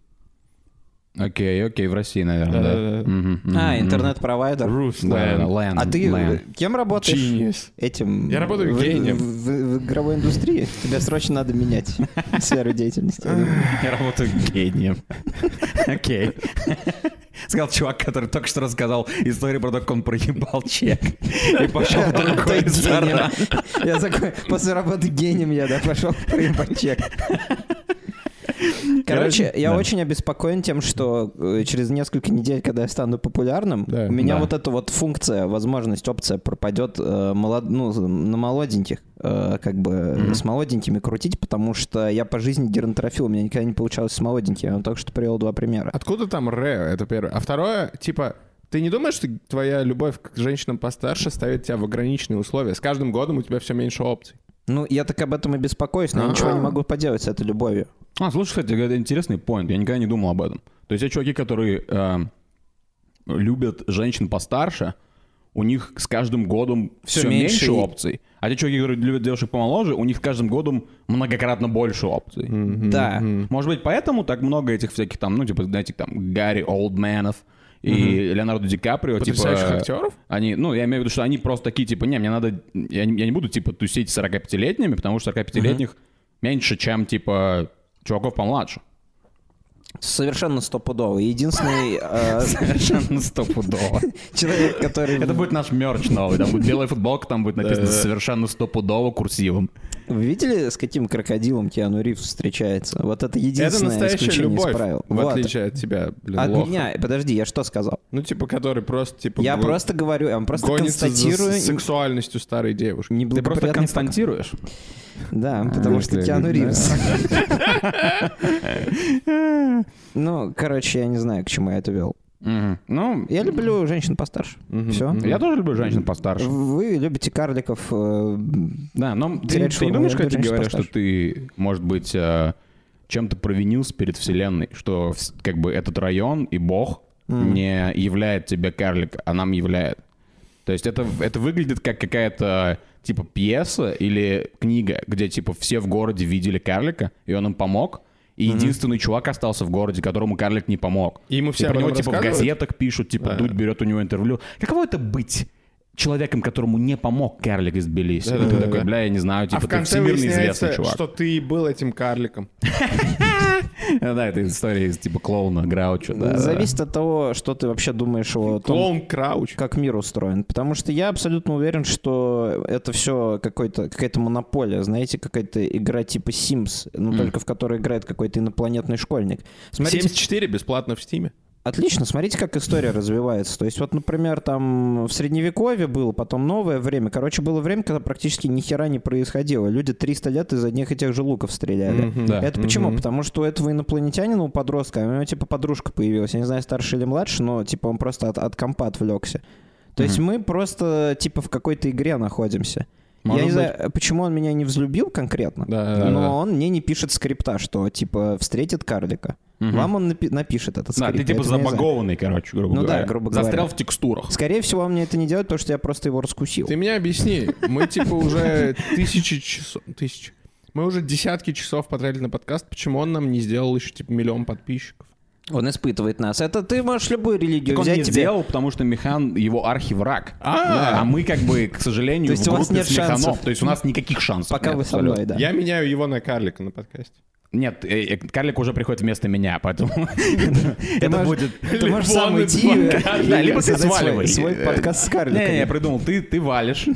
Speaker 1: Окей, окей, в России, наверное, да.
Speaker 2: Да-да-да.
Speaker 1: Мгм, мгм.
Speaker 3: А, интернет-провайдер.
Speaker 1: Лэн,
Speaker 2: Руслан.
Speaker 1: Лэн,
Speaker 3: А ты
Speaker 1: Лэн.
Speaker 3: э, кем работаешь?
Speaker 2: Genius.
Speaker 3: Этим.
Speaker 2: Я работаю
Speaker 3: в-
Speaker 2: гением.
Speaker 3: В, в- в игровой индустрии тебе срочно надо менять сферу деятельности.
Speaker 1: Я работаю гением. Окей. Сказал чувак, который только что рассказал историю про то, как он проебал чек и пошел в другой
Speaker 3: Работаю
Speaker 1: ресторан.
Speaker 3: гением. Я такой, после работы гением я, да, пошел проебать чек. Короче, я
Speaker 1: Да.
Speaker 3: очень обеспокоен тем, что э, через несколько недель, когда я стану популярным,
Speaker 2: Да.
Speaker 3: у меня
Speaker 1: Да.
Speaker 3: вот эта вот функция, возможность, опция пропадет э, молод- ну, на молоденьких, э, как бы с молоденькими крутить, потому что я по жизни геронтрофил, у меня никогда не получалось с молоденькими. Я вам только что привел два примера.
Speaker 1: А
Speaker 2: Откуда там ре? Это первое. А второе, типа, ты не думаешь, что твоя любовь к женщинам постарше ставит тебя в ограниченные условия? С каждым годом у тебя все меньше опций.
Speaker 3: Ну, я так об этом и беспокоюсь, но я ничего не могу поделать с этой любовью.
Speaker 1: А, слушай, кстати, это интересный поинт. Я никогда не думал об этом. То есть те чуваки, которые эм, любят женщин постарше, у них с каждым годом
Speaker 3: Всё
Speaker 1: все,
Speaker 3: меньше
Speaker 1: меньше,
Speaker 3: и-
Speaker 1: опций. А те чуваки, которые любят девушек помоложе, у них с каждым годом многократно больше опций.
Speaker 3: Да.
Speaker 1: Может быть, поэтому так много этих всяких там, ну, типа, знаете, там, Гарри Олдменов и Леонардо Ди Каприо.
Speaker 2: Потрясающих
Speaker 1: типа, э,
Speaker 2: актеров?
Speaker 1: Они, ну, я имею в виду, что они просто такие, типа, не, мне надо, я, не- я не буду, типа, тусить с 45-летними, потому что 45-летних меньше, чем, типа, чуваков помладше.
Speaker 3: Совершенно стопудово. Единственный э,
Speaker 1: Совершенно стопудово.
Speaker 3: человек, который
Speaker 1: Это будет наш мерч новый. Там будет белая футболка, там будет написано совершенно стопудово курсивом.
Speaker 3: Вы видели, с каким крокодилом Киану Ривз встречается? Вот это
Speaker 2: Это
Speaker 3: единственное
Speaker 2: настоящая
Speaker 3: исключение из
Speaker 2: любовь,
Speaker 3: правил.
Speaker 2: в
Speaker 3: Вот.
Speaker 2: отличие от тебя, блин,
Speaker 3: От
Speaker 2: лох.
Speaker 3: меня. Подожди, я что сказал?
Speaker 2: Ну, типа, который просто, типа,
Speaker 3: Я
Speaker 2: вот
Speaker 3: просто говорю, я вам просто
Speaker 2: гонится за
Speaker 3: констатирую...
Speaker 2: с- сексуальностью старой девушки.
Speaker 1: Ты просто
Speaker 3: неблагоприятный факт.
Speaker 1: константируешь.
Speaker 2: А,
Speaker 3: Да, потому что
Speaker 2: да,
Speaker 3: Киану
Speaker 2: да.
Speaker 3: Ривз. Ну, короче, я не знаю, к чему я это вел.
Speaker 1: Мгм. Ну,
Speaker 3: Я люблю женщин постарше. Все.
Speaker 1: я тоже люблю женщин постарше.
Speaker 3: Вы любите карликов. э,
Speaker 1: Да, но ты,
Speaker 3: Терять
Speaker 1: ты не
Speaker 3: шаурму,
Speaker 1: думаешь,
Speaker 3: я
Speaker 1: кстати
Speaker 3: даже не
Speaker 1: говоря,
Speaker 3: постарше.
Speaker 1: что ты, может быть, э, чем-то провинился перед Вселенной, что вс- как бы этот район и Бог не являет тебе карлик, а нам являет. То есть это, это выглядит как какая-то типа пьеса или книга, где типа все в городе видели карлика, и он им помог, и единственный чувак остался в городе, которому карлик не помог.
Speaker 2: И ему
Speaker 1: И
Speaker 2: все об
Speaker 1: про него
Speaker 2: этом
Speaker 1: типа в
Speaker 2: рассказывают?
Speaker 1: газетах пишут, типа Дудь берет у него интервью. Каково это быть человеком, которому не помог карлик из Тбилиси? И ты такой, бля, я не знаю, типа
Speaker 2: а в
Speaker 1: ты
Speaker 2: конце
Speaker 1: всемирно известный
Speaker 2: выясняется,
Speaker 1: чувак.
Speaker 2: что ты и был этим карликом.
Speaker 1: Да, это история из типа клоуна, Грауча. да.
Speaker 3: Зависит от того, что ты вообще думаешь о том,
Speaker 2: Клоун Крауч.
Speaker 3: как мир устроен. Потому что я абсолютно уверен, что это все какой-то, какая-то монополия, знаете, какая-то игра типа Sims, ну только в которой играет какой-то инопланетный школьник. Смотрите,
Speaker 2: 74 бесплатно в Стиме.
Speaker 3: отлично, смотрите, как история развивается. То есть вот, например, там в Средневековье было, потом новое время. Короче, было время, когда практически ни хера не происходило. Люди 300 лет из одних и тех же луков стреляли.
Speaker 1: Да.
Speaker 3: Это почему? Потому что у этого инопланетянина, у подростка, у него типа подружка появилась. Я не знаю, старше или младше, но типа он просто от, от компа отвлекся. То есть мы просто типа в какой-то игре находимся.
Speaker 1: Может
Speaker 3: я не
Speaker 1: быть.
Speaker 3: знаю, почему он меня не взлюбил конкретно,
Speaker 2: Да, да,
Speaker 3: но
Speaker 2: да.
Speaker 3: он мне не пишет скрипта, что типа встретит карлика. Вам он напи- напишет этот
Speaker 1: Да,
Speaker 3: скрипт.
Speaker 1: ты типа
Speaker 3: я этого не знаю.
Speaker 1: забагованный, короче, грубо
Speaker 3: Ну да,
Speaker 1: говоря.
Speaker 3: грубо
Speaker 1: Застрял
Speaker 3: говоря.
Speaker 1: в текстурах.
Speaker 3: Скорее всего, он мне это не делает, потому что я просто его раскусил.
Speaker 2: Ты мне объясни. Мы типа уже тысячи часов... Тысячи. Мы уже десятки часов потратили на подкаст. Почему он нам не сделал еще типа миллион подписчиков?
Speaker 3: Он испытывает нас. Это ты можешь любую религию
Speaker 1: Так он
Speaker 3: взять
Speaker 1: не
Speaker 3: тебе-
Speaker 1: сделал, потому что Механ его архивраг.
Speaker 2: А.
Speaker 1: Да. а мы как бы, к сожалению,
Speaker 3: То есть
Speaker 1: в
Speaker 3: у вас
Speaker 1: группе
Speaker 3: нет
Speaker 1: с Механом.
Speaker 3: шансов.
Speaker 1: То есть у нас никаких шансов.
Speaker 3: Пока
Speaker 1: нет,
Speaker 3: вы со
Speaker 1: абсолютно.
Speaker 3: мной, да.
Speaker 2: Я меняю его на карлика на подкасте.
Speaker 1: Нет, э, э, карлик уже приходит вместо меня, поэтому это
Speaker 3: можешь-
Speaker 1: будет...
Speaker 3: Ты можешь
Speaker 2: Либо
Speaker 3: сам
Speaker 2: он
Speaker 3: идти.
Speaker 2: из
Speaker 3: и-
Speaker 1: Да,
Speaker 3: и
Speaker 1: либо ты
Speaker 3: создать свой-
Speaker 1: сваливай. Э,
Speaker 3: Свой подкаст с карликами.
Speaker 1: Не, я придумал, ты, ты валишь, и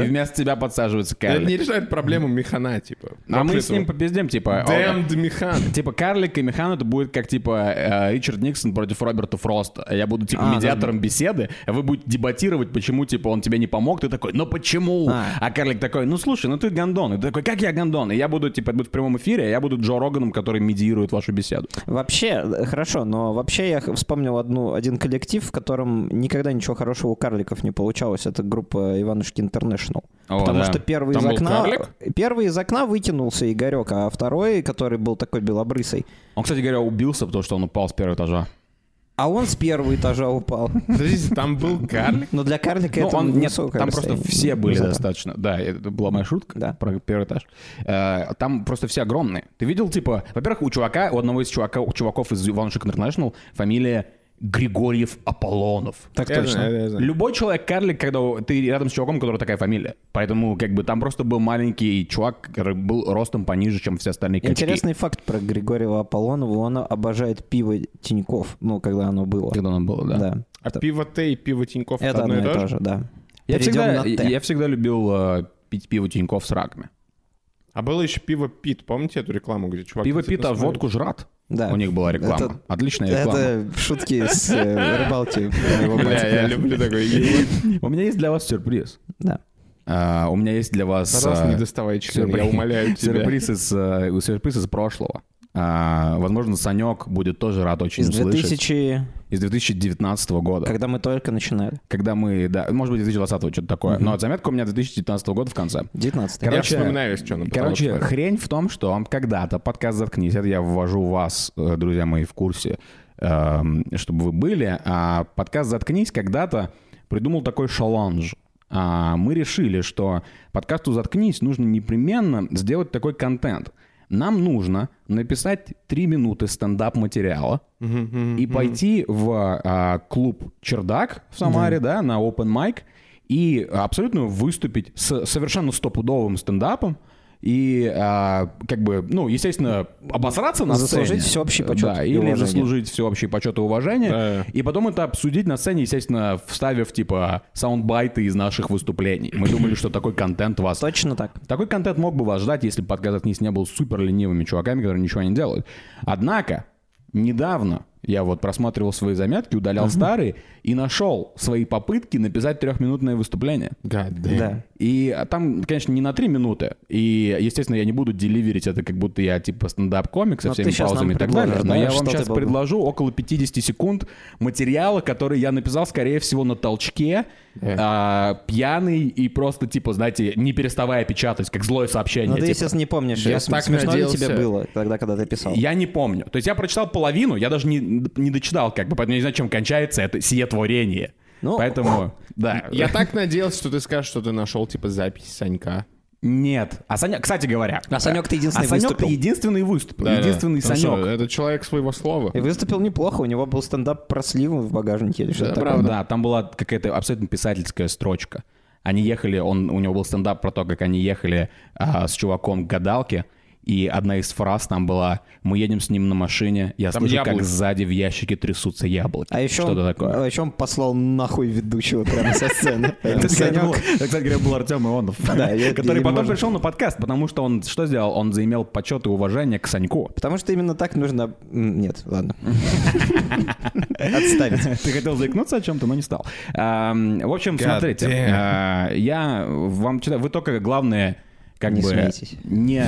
Speaker 1: вместо тебя подсаживается
Speaker 2: Это не
Speaker 1: карлик.
Speaker 2: решает проблему механа, типа.
Speaker 1: А мы с
Speaker 2: Закрытого.
Speaker 1: ним попиздим, типа... о,
Speaker 2: Damned механ.
Speaker 1: Типа карлик и механ это будет как типа э, Ричард Никсон против Роберта Фроста. Я буду типа
Speaker 3: А,
Speaker 1: медиатором беседы, а вы будете дебатировать, почему типа он тебе не помог. Ты такой, ну почему?
Speaker 3: А.
Speaker 1: А, карлик такой, ну слушай, ну ты гондон. И ты такой, как я гондон? И я буду типа это будет в прямом эфире, а я буду Джо Роганом, который медиирует вашу беседу.
Speaker 3: Вообще, э, хорошо, но вообще я х- вспомнил одну, один коллектив, в котором никогда ничего хорошего у карликов не получалось. Это группа Иванушки Интернешнл.
Speaker 1: О,
Speaker 3: Потому
Speaker 1: да.
Speaker 3: что первый
Speaker 2: Там
Speaker 3: из
Speaker 2: был
Speaker 3: окна...
Speaker 2: карлик?
Speaker 3: Первый из окна выкинулся Игорек, а второй, который был такой белобрысый,
Speaker 1: Он, кстати говоря, убился, потому что он упал с первого этажа.
Speaker 3: а он с первого этажа упал.
Speaker 2: Подождите, там был карлик?
Speaker 3: Но для карлика
Speaker 1: Ну,
Speaker 3: это
Speaker 1: он, нет,
Speaker 3: высокое
Speaker 1: там просто
Speaker 3: расстояние.
Speaker 1: все были
Speaker 3: Высота.
Speaker 1: достаточно. Да, это была моя шутка
Speaker 3: Да.
Speaker 1: про первый этаж. Э, там просто все огромные. Ты видел, типа, во-первых, у чувака, у одного из чувака, у чуваков из Иванушек Интернешнл фамилия Григорьев Аполлонов.
Speaker 3: Так
Speaker 2: Я
Speaker 3: точно.
Speaker 2: знаю, я знаю.
Speaker 1: Любой человек-карлик, когда у- ты рядом с чуваком, у которого такая фамилия. Поэтому, как бы, там просто был маленький чувак, который был ростом пониже, чем все остальные качки.
Speaker 3: Интересный факт про Григорьева Аполлонова. Он обожает пиво Тиньков, ну, когда оно было.
Speaker 1: Когда он был, да.
Speaker 3: Да.
Speaker 2: А пиво Т и пиво Тинькофф это,
Speaker 3: Это одно и то же, да.
Speaker 1: Я,
Speaker 3: Перейдем
Speaker 1: всегда,
Speaker 3: на «Т».
Speaker 1: я, я всегда любил э, пить пиво Тинькофф с раками.
Speaker 2: А было еще пиво Пит, помните эту рекламу, где чувак...
Speaker 1: Пиво
Speaker 2: типа,
Speaker 1: пито,
Speaker 2: смотрит?
Speaker 1: водку жрат.
Speaker 3: Да.
Speaker 1: У них была реклама.
Speaker 3: Это-
Speaker 1: Отличная реклама.
Speaker 3: Это шутки с э, рыбалки моего
Speaker 2: Бля, я
Speaker 3: батька.
Speaker 2: люблю такой юмор.
Speaker 1: У меня есть для вас сюрприз.
Speaker 3: Да.
Speaker 1: А, у меня есть для вас
Speaker 2: Раз не
Speaker 1: а,
Speaker 2: доставай член, я
Speaker 1: сюрприз-
Speaker 2: умоляю тебя.
Speaker 1: сюрприз из, а, сюрприз из прошлого. А, возможно, Санек будет тоже рад очень
Speaker 3: Из
Speaker 1: услышать.
Speaker 3: 2000,
Speaker 1: Из 2019 года.
Speaker 3: когда мы только начинали.
Speaker 1: Когда мы, да, может быть, 2020 что-то такое. Но заметка у меня 2019 года в конце.
Speaker 3: 19
Speaker 1: Короче,
Speaker 2: я вспоминаю, если что, на потолок
Speaker 1: Короче,
Speaker 2: смотрю.
Speaker 1: хрень в том, что когда-то подкаст «Заткнись», это я ввожу вас, э, друзья мои, в курсе, эм, чтобы вы были, а подкаст «Заткнись» когда-то придумал такой шаланж. А мы решили, что подкасту «Заткнись» нужно непременно сделать такой контент. Нам нужно написать три минуты стендап-материала и пойти в а, клуб «Чердак» в Самаре, да, на open mic и абсолютно выступить с совершенно стопудовым стендапом и а, как бы, ну, естественно, обосраться на сцене.
Speaker 3: Заслужить всеобщий почёт
Speaker 1: Да,
Speaker 3: и
Speaker 1: или
Speaker 3: уважение.
Speaker 1: заслужить всеобщий почет и уважение.
Speaker 2: Да.
Speaker 1: И потом это обсудить на сцене, естественно, вставив, типа, саундбайты из наших выступлений. Мы думали, что такой контент вас
Speaker 3: Точно так.
Speaker 1: такой контент мог бы вас ждать, если бы подкаст «Заткнись» не был супер ленивыми чуваками, которые ничего не делают. Однако, недавно я вот просматривал свои заметки, удалял старые и нашел свои попытки написать трехминутное выступление.
Speaker 2: God
Speaker 1: Э,
Speaker 2: damn.
Speaker 3: Да.
Speaker 1: И а, там, конечно, не на три минуты. И, естественно, я не буду деливерить это, как будто я типа стендап-комик со
Speaker 3: Но Ну, ты
Speaker 1: всеми
Speaker 3: щас нам
Speaker 1: паузами и так далее.
Speaker 3: предложишь,
Speaker 1: Но
Speaker 3: да,
Speaker 1: я вам
Speaker 3: что ты
Speaker 1: сейчас
Speaker 3: был бы?
Speaker 1: предложу около 50 секунд материала, который я написал, скорее всего, на толчке,
Speaker 3: Э.
Speaker 1: а, пьяный и просто, типа, знаете, не переставая печатать, как злое сообщение.
Speaker 3: Но Ну, ты,
Speaker 1: типа.
Speaker 3: естественно, не помнишь,
Speaker 2: Я
Speaker 3: я
Speaker 2: так
Speaker 3: смешно ли
Speaker 2: надеялся.
Speaker 3: тебе было тогда, когда ты писал?
Speaker 1: Я не помню. То есть я прочитал половину, я даже не, не дочитал, как бы, поэтому я не знаю, чем кончается это сие творение.
Speaker 3: Ну,
Speaker 1: поэтому, да.
Speaker 2: Я так надеялся, что ты скажешь, что ты нашел, типа, запись Санька.
Speaker 1: Нет. А Саня, кстати говоря.
Speaker 3: А Санёк-то единственный
Speaker 1: А Санёк-то
Speaker 3: выступил.
Speaker 1: единственный выступил. Ну, единственный Э,
Speaker 2: Потому что
Speaker 1: Санек.
Speaker 2: Ну, Это человек своего слова.
Speaker 3: И выступил неплохо, у него был стендап про сливы в багажнике или что-то
Speaker 2: Да,
Speaker 3: такое.
Speaker 2: правда.
Speaker 1: Да, там была какая-то абсолютно писательская строчка. Они ехали, он, у него был стендап про то, как они ехали а, с чуваком к гадалке, и одна из фраз там была «Мы едем с ним на машине, я
Speaker 2: Там
Speaker 1: слышу,
Speaker 2: яблоки.
Speaker 1: как сзади в ящике трясутся яблоки».
Speaker 3: А еще,
Speaker 1: Что-то
Speaker 3: он,
Speaker 1: такое.
Speaker 3: а еще он послал нахуй ведущего прямо со сцены.
Speaker 1: Это, кстати,
Speaker 3: Санёк-
Speaker 1: был- это, кстати говоря, был Артем Ионов,
Speaker 3: Да, я-
Speaker 1: который
Speaker 3: я
Speaker 1: потом
Speaker 3: немножко-
Speaker 1: пришел на подкаст, потому что он что сделал? Он заимел почет и уважение к Саньку.
Speaker 3: Потому что именно так нужно... М, Нет, ладно. Отставить.
Speaker 1: Ты хотел заикнуться о чем-то, но не стал. Ам, В общем,
Speaker 2: God
Speaker 1: смотрите,
Speaker 2: damn.
Speaker 1: а, я вам читаю, вы только главное как
Speaker 3: Не
Speaker 1: бы
Speaker 3: смейтесь.
Speaker 1: не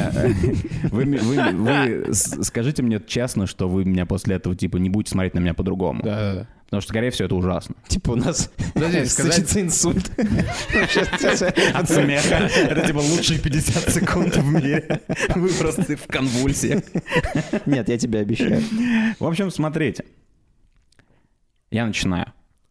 Speaker 1: вы, ми- вы- вы с- скажите мне честно, что вы меня после этого типа не будете смотреть на меня по-другому,
Speaker 2: Да-да-да.
Speaker 1: потому что скорее всего это ужасно.
Speaker 3: Типа у нас
Speaker 2: Подожди, сказать-
Speaker 3: случится инсульт.
Speaker 1: От смеха это типа лучшие 50 секунд в мире. Вы просто в конвульсиях.
Speaker 3: Нет, я тебе обещаю.
Speaker 1: В общем, смотрите, я начинаю.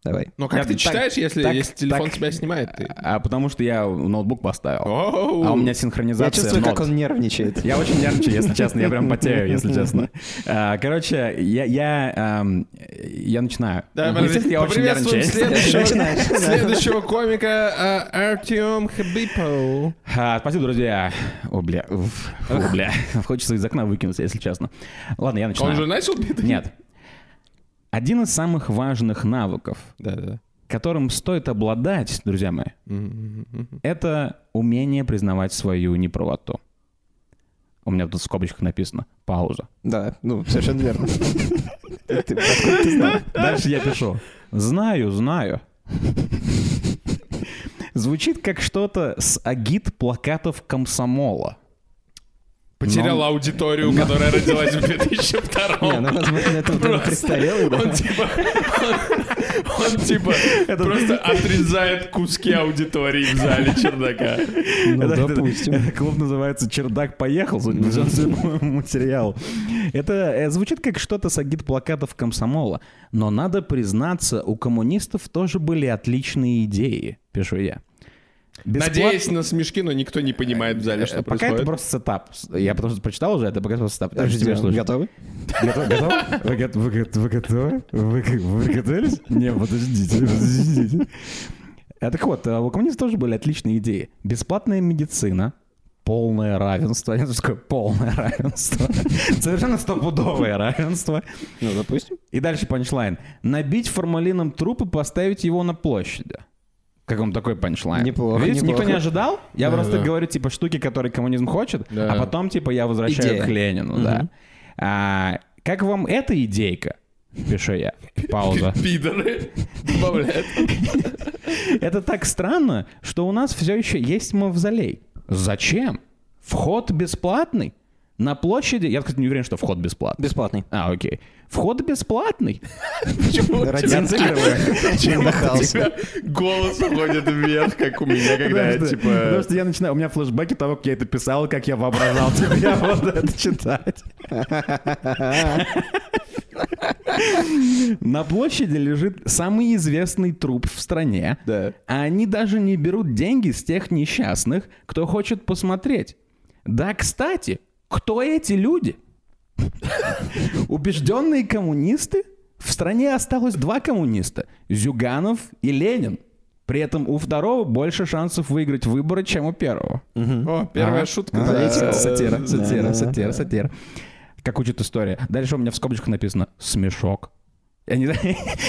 Speaker 3: Давай.
Speaker 2: Но Ну, как
Speaker 1: Я-
Speaker 2: ты
Speaker 1: так-
Speaker 2: читаешь, если
Speaker 1: так-
Speaker 2: если телефон
Speaker 1: так-
Speaker 2: тебя снимает? ты?
Speaker 1: А потому что я ноутбук поставил,
Speaker 2: Оу.
Speaker 1: а у меня
Speaker 3: Я
Speaker 1: синхронизация.
Speaker 3: чувствую, как
Speaker 1: нот.
Speaker 3: он нервничает.
Speaker 1: Я очень нервничаю, если честно. Я прям потею, если честно. А, Короче, я, я, эм, я начинаю.
Speaker 2: Да,
Speaker 1: Естественно, я очень
Speaker 2: поприветствуем
Speaker 1: нервничаю.
Speaker 2: следующего,
Speaker 3: Начинаешь.
Speaker 2: следующего комика э, Артем Хабипов.
Speaker 1: А, Спасибо, друзья. О, бля. Уф. Фу, бля. Хочется из окна выкинуться, если честно. Ладно, я
Speaker 2: Он
Speaker 1: начинаю.
Speaker 2: же начал бить?
Speaker 1: Нет. Один из самых важных навыков,
Speaker 2: Да-да-да.
Speaker 1: которым стоит обладать, друзья мои, это умение признавать свою неправоту. У меня тут в скобочках написано «пауза».
Speaker 3: Да, ну, совершенно верно. Ты- откуда ты знал?
Speaker 1: Дальше я пишу. Знаю, знаю. Звучит как что-то с агит плакатов комсомола.
Speaker 2: Потерял
Speaker 1: Но-
Speaker 2: аудиторию, которая родилась в 2002
Speaker 3: Не, ну, возможно, это вот он престарелый, да.
Speaker 2: Он типа, он, он, типа просто отрезает куски аудитории в зале чердака.
Speaker 3: Ну,
Speaker 1: Это- это-
Speaker 3: допустим.
Speaker 1: это клуб называется «Чердак поехал», судя по всему материалу. Это э, звучит как что-то с агит плакатов комсомола. Но надо признаться, у коммунистов тоже были отличные идеи, пишу я. Бесплат-
Speaker 2: Надеюсь на смешки, но никто не понимает в зале, что
Speaker 1: Э, Пока это
Speaker 2: происходит.
Speaker 1: просто сетап. Я потому что прочитал уже, это пока просто сетап. Дальше
Speaker 3: Подожди,
Speaker 1: тебя слушаю.
Speaker 3: готовы?
Speaker 1: Готов? Готов? Вы, го- вы го- вы готовы? Вы, го- вы готовились? Не, подождите, подождите. А, Так вот, а, у коммунистов тоже были отличные идеи. Бесплатная медицина, полное равенство. Я такое полное равенство. Совершенно стопудовое равенство.
Speaker 3: Ну, допустим.
Speaker 1: И дальше панчлайн. Набить формалином труп и поставить его на площади. Как вам такой панчлайн?
Speaker 3: Неплохо,
Speaker 1: Видите, никто
Speaker 3: неплохо.
Speaker 1: не ожидал. Я
Speaker 2: Да,
Speaker 1: просто
Speaker 2: да.
Speaker 1: говорю, типа, штуки, которые коммунизм хочет,
Speaker 2: Да.
Speaker 1: а потом, типа, я возвращаю
Speaker 3: Идея.
Speaker 1: к Ленину, да. А, Как вам эта идейка? Пишу я. Пауза.
Speaker 2: Пидоры. Добавляет.
Speaker 1: Это так странно, что у нас все еще есть мавзолей. Зачем? Вход бесплатный. На площади... Я, кстати, не уверен, что вход бесплатный.
Speaker 3: Бесплатный.
Speaker 1: А, окей. Вход бесплатный.
Speaker 2: Почему у тебя-
Speaker 3: Родзинцировая.
Speaker 2: почему у
Speaker 3: Нахался.
Speaker 2: тебя голос уходит вверх, как у меня, когда я,
Speaker 1: Потому что- Потому
Speaker 2: типа...
Speaker 1: что я начинаю, у меня флешбеки того, как я это писал, как я воображал тебя вот это читать. На площади лежит самый известный труп в стране,
Speaker 2: Да.
Speaker 1: а они даже не берут деньги с тех несчастных, кто хочет посмотреть. Да, кстати, кто эти люди? Убежденные коммунисты? В стране осталось два коммуниста – Зюганов и Ленин. При этом у второго больше шансов выиграть выборы, чем у первого.
Speaker 2: О, первая
Speaker 1: Ага.
Speaker 2: шутка.
Speaker 1: Ага. Политика,
Speaker 2: Да.
Speaker 1: сатира,
Speaker 2: Да.
Speaker 1: сатира, сатира, сатира. Как учит история. Дальше у меня в скобочках написано «смешок». Я не, знаю,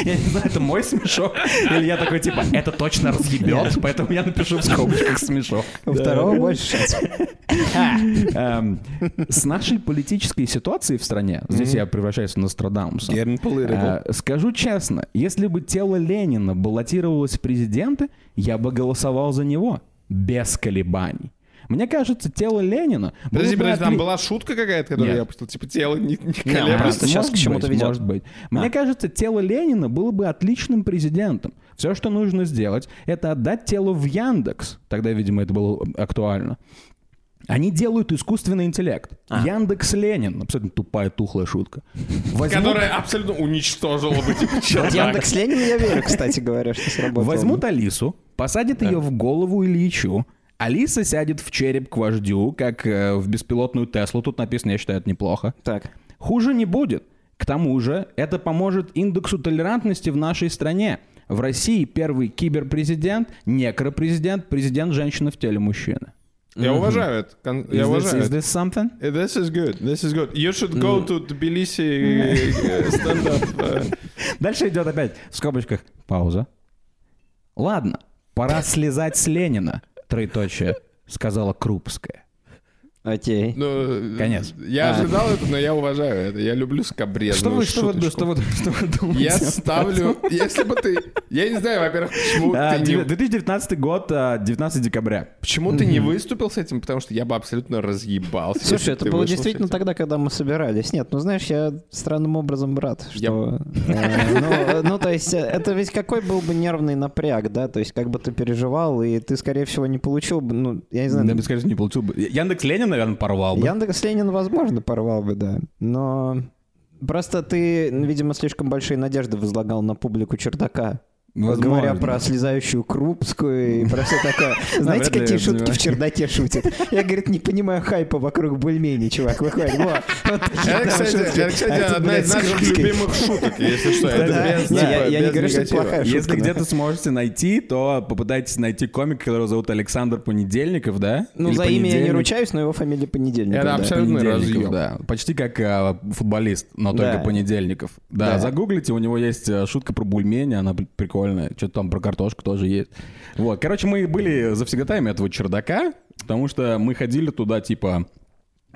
Speaker 1: я не знаю, это мой смешок, или я такой, типа, это точно разъебет, поэтому я напишу в скобочках смешок.
Speaker 3: У второго больше шансов.
Speaker 1: Эм, С нашей политической ситуацией в стране, здесь я превращаюсь в Нострадамуса,
Speaker 2: Гермполырыгл.
Speaker 1: э, скажу честно, если бы тело Ленина баллотировалось в президенты, я бы голосовал за него без колебаний. Мне кажется, тело Ленина... было
Speaker 2: Подожди,
Speaker 1: бы
Speaker 2: подожди, там
Speaker 1: отли-
Speaker 2: была шутка какая-то,
Speaker 1: ну,
Speaker 2: которую
Speaker 1: Нет.
Speaker 2: я опустил. Типа тело не, не
Speaker 3: Не,
Speaker 1: Не, а,
Speaker 3: Ле-
Speaker 2: колеблется.
Speaker 3: просто сейчас
Speaker 1: может
Speaker 3: к чему-то А.
Speaker 1: быть,
Speaker 3: ведет.
Speaker 1: Может быть. Мне кажется, тело Ленина было бы отличным президентом. Все, что нужно сделать, это отдать тело в Яндекс. Тогда, видимо, это было актуально. Они делают искусственный интеллект.
Speaker 3: А.
Speaker 1: Яндекс Ленин. Абсолютно тупая, тухлая шутка. Возьмут,
Speaker 2: Которая абсолютно уничтожила бы типа
Speaker 3: Вот
Speaker 2: человека.
Speaker 3: Яндекс Ленин я верю, кстати говоря, что сработало.
Speaker 1: возьмут Алису, посадят ее в голову Ильичу. Алиса сядет в череп к вождю, как э, в беспилотную Теслу. Тут написано, я считаю, это неплохо.
Speaker 3: Так.
Speaker 1: Хуже не будет. К тому же, это поможет индексу толерантности в нашей стране. В России первый киберпрезидент, некропрезидент, президент женщина в теле мужчины.
Speaker 2: Я уважаю это. кон-
Speaker 1: Is
Speaker 2: Я
Speaker 1: this-
Speaker 2: уважаю
Speaker 1: is
Speaker 2: это.
Speaker 1: this something?
Speaker 2: Eh, This is good. This is good. You should go to Tbilisi eh, stand up. eh.
Speaker 1: Дальше идет опять в скобочках пауза. Ладно, пора слезать с Ленина, троеточие, сказала Крупская.
Speaker 3: Окей.
Speaker 2: Ну,
Speaker 1: Конец.
Speaker 2: Я
Speaker 3: А.
Speaker 2: ожидал это, но я уважаю это. Я люблю
Speaker 1: Что
Speaker 2: скабрезную
Speaker 1: вы, что вы,
Speaker 2: шуточку.
Speaker 1: что вы, что вы думаете?
Speaker 2: Я ставлю... Если бы ты... Я не знаю, во-первых, почему
Speaker 1: А,
Speaker 2: ты не...
Speaker 1: 2019 год, а, 19 декабря.
Speaker 2: Почему ты не выступил с этим? Потому что я бы абсолютно разъебался. если
Speaker 3: Слушай,
Speaker 2: бы
Speaker 3: это
Speaker 2: ты
Speaker 3: было
Speaker 2: вышел с
Speaker 3: действительно
Speaker 2: этим.
Speaker 3: тогда, когда мы собирались. Нет, ну знаешь, я странным образом рад, что... э, ну, э, Ну, то есть, э, это ведь какой был бы нервный напряг, да? То есть, как бы ты переживал, и ты, скорее всего, не получил бы, ну, я не знаю...
Speaker 1: Да, скажите, не получил бы. Яндекс Ленин, наверное, порвал бы.
Speaker 3: Яндекс Ленин, возможно, порвал бы, да. Но просто ты, видимо, слишком большие надежды возлагал на публику чердака.
Speaker 1: Возможно.
Speaker 3: Говоря про слезающую Крупскую и про все такое. Знаете,
Speaker 1: Вряд ли
Speaker 3: какие
Speaker 1: я
Speaker 3: шутки в
Speaker 1: понимаю.
Speaker 3: чердаке шутят? Я, говорит, не понимаю хайпа вокруг бульменей, чувак, выходит. Вот. Вот такие
Speaker 2: Это,
Speaker 3: там
Speaker 2: кстати,
Speaker 3: шутки.
Speaker 2: это, кстати,
Speaker 3: А это,
Speaker 2: одна из
Speaker 3: блядь, с
Speaker 2: наших
Speaker 3: Крупской.
Speaker 2: любимых шуток, если что. Это
Speaker 3: Да,
Speaker 2: без,
Speaker 3: не,
Speaker 2: типа,
Speaker 3: я- я не
Speaker 2: без
Speaker 3: говорю, что это
Speaker 2: негатива.
Speaker 3: плохая шутка.
Speaker 1: Если
Speaker 3: да.
Speaker 1: где-то сможете найти, то попытайтесь найти комика, которого зовут Александр Понедельников, да?
Speaker 3: Ну,
Speaker 1: Или
Speaker 3: за имя я не
Speaker 1: Понедельник-
Speaker 3: ручаюсь, но его фамилия Понедельник.
Speaker 2: Это абсолютно- Абсолютный разъем.
Speaker 1: Понедельников, да. Почти как а, футболист, но
Speaker 3: Да.
Speaker 1: только понедельников. Да,
Speaker 3: Да.
Speaker 1: загуглите, у него есть а, шутка про бульмени, она при- прикольная. Что-то там про картошку тоже есть. Вот, короче, мы были завсегдатаями этого чердака, потому что мы ходили туда, типа,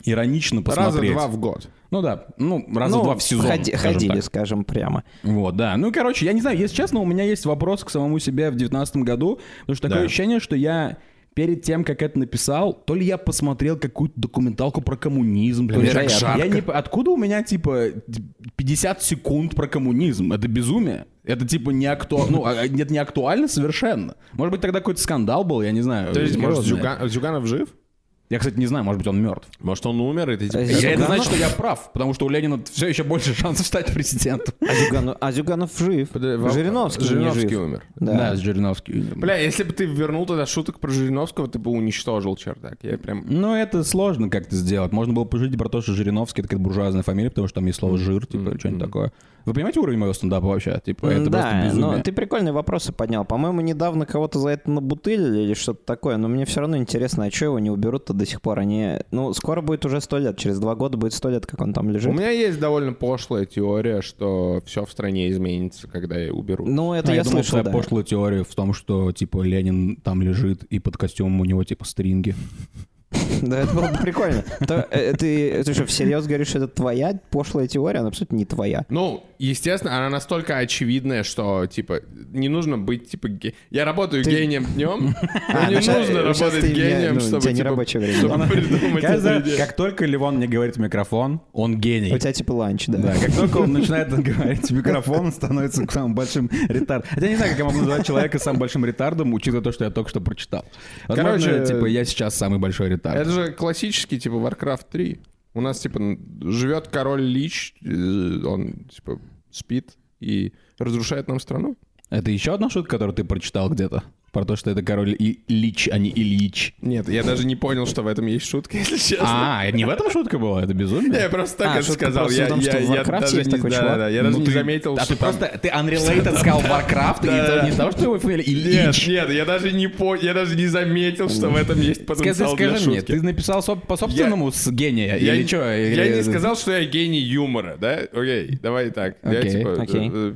Speaker 1: иронично
Speaker 2: Раза
Speaker 1: посмотреть.
Speaker 2: два в год.
Speaker 1: Ну да, ну, раза два в сезон.
Speaker 3: ходи-
Speaker 1: скажем так.
Speaker 3: Ходили, скажем прямо.
Speaker 1: Вот, да. Ну, короче, я не знаю, если честно, у меня есть вопрос к самому себе в девятнадцатом году, потому что такое
Speaker 2: Да.
Speaker 1: ощущение, что я перед тем, как это написал, то ли я посмотрел какую-то документалку про коммунизм, то ли
Speaker 3: Блин, так
Speaker 1: я-
Speaker 2: жарко.
Speaker 1: я не по- откуда у меня типа 50 секунд про коммунизм? Это безумие. Это типа не актуально, ну, а- нет, не актуально совершенно. Может быть, тогда какой-то скандал был, я не знаю.
Speaker 2: То есть,
Speaker 1: Хер его
Speaker 2: может,
Speaker 1: знает.
Speaker 2: Зюган- Зюганов жив?
Speaker 1: Я, кстати, не знаю, может быть, он мертв.
Speaker 2: Может, он умер, и ты типа...
Speaker 3: Э,
Speaker 1: Я- Это
Speaker 3: Зюганов-
Speaker 1: значит, что я прав, потому что у Ленина все еще больше шансов стать президентом.
Speaker 3: А Зюганов- А Зюганов жив. Жириновский не
Speaker 2: Жириновский
Speaker 3: жив.
Speaker 2: умер.
Speaker 1: Да,
Speaker 3: Да.
Speaker 1: с Жириновским.
Speaker 2: Бля, если бы ты вернул тогда шуток про Жириновского, ты бы уничтожил чердак. Я прям...
Speaker 1: Ну, это сложно как-то сделать. Можно было пожить про то, что Жириновский — это какая-то буржуазная фамилия, потому что там есть слово «жир», типа, или что-нибудь такое. Вы понимаете уровень моего стендапа вообще? Типа, это просто
Speaker 3: Да,
Speaker 1: безумие.
Speaker 3: но ты прикольные вопросы поднял. По-моему, недавно кого-то за это набутылили или что-то такое, но мне все равно интересно, а что его не уберут-то до сих пор? Они, ну, скоро будет уже сто лет, через два года будет сто лет, как он там
Speaker 2: У
Speaker 3: лежит.
Speaker 2: меня есть довольно пошлая теория, что все в стране изменится, когда я уберу.
Speaker 3: Ну, это
Speaker 1: А
Speaker 3: я,
Speaker 1: думал,
Speaker 3: слышал,
Speaker 1: твоя
Speaker 3: да.
Speaker 1: пошлая теория в том, что, типа, Ленин там лежит, и под костюмом у него, типа, стринги.
Speaker 3: Да, это было бы прикольно. То, э, Ты ты что, всерьез говоришь, что это твоя пошлая теория? Она абсолютно не твоя.
Speaker 2: Ну, естественно, она настолько очевидная, что, типа, не нужно быть, типа, ге- я работаю гением днем, но
Speaker 3: А,
Speaker 2: не
Speaker 3: ну, щас-
Speaker 2: нужно
Speaker 3: щас
Speaker 2: работать
Speaker 3: ты меня-
Speaker 2: гением,
Speaker 3: ну, у
Speaker 2: чтобы,
Speaker 3: тебя не
Speaker 2: типа,
Speaker 3: рабочее время,
Speaker 2: чтобы придумать
Speaker 1: Кажется,
Speaker 2: эту идею.
Speaker 1: как только Ливон мне говорит в микрофон, он гений.
Speaker 3: У тебя типа ланч,
Speaker 1: Да,
Speaker 3: да.
Speaker 1: как только он начинает говорить в микрофон, он становится самым большим ретардом. Хотя не знаю, как я могу назвать человека самым большим ретардом, учитывая то, что я только что прочитал. Возможно,
Speaker 2: Короче,
Speaker 1: типа, я сейчас самый большой ретард.
Speaker 2: Это же классический, типа, Warcraft 3. У нас, типа, н- живет король Лич, э, он, типа, спит и разрушает нам страну.
Speaker 1: Это еще одна шутка, которую ты прочитал где-то? Про то, что это король И- Лич, а не Ильич.
Speaker 2: Нет, я даже не понял, что в этом есть шутка, если честно.
Speaker 1: А, не в этом шутка была? Это
Speaker 2: Не, Я
Speaker 1: безумие?
Speaker 2: просто так
Speaker 3: А,
Speaker 2: это
Speaker 3: шутка
Speaker 2: сказал.
Speaker 3: просто в
Speaker 2: Я,
Speaker 3: том,
Speaker 2: я,
Speaker 3: что в
Speaker 2: я
Speaker 3: Warcraft
Speaker 2: даже
Speaker 3: есть
Speaker 2: не,
Speaker 3: такой
Speaker 2: да,
Speaker 3: чувак.
Speaker 2: да, я даже
Speaker 1: Ну
Speaker 2: не
Speaker 1: ты-
Speaker 2: заметил,
Speaker 1: А
Speaker 2: что
Speaker 1: ты
Speaker 2: там-
Speaker 1: просто... Ты unrelated сказал Warcraft, и это не того, что его фамилия
Speaker 2: Нет,
Speaker 1: Ильич.
Speaker 2: нет, я даже не понял, я даже не заметил, что в этом есть
Speaker 1: Скажи,
Speaker 2: потенциал для
Speaker 1: скажи мне,
Speaker 2: шутки.
Speaker 1: ты написал соб- по собственному с гения
Speaker 2: Я,
Speaker 1: или
Speaker 2: не-
Speaker 1: что?
Speaker 2: я не сказал, что я гений юмора, да? Окей, давай так. Я,
Speaker 1: Окей,
Speaker 2: типа, э,
Speaker 3: окей.
Speaker 2: э,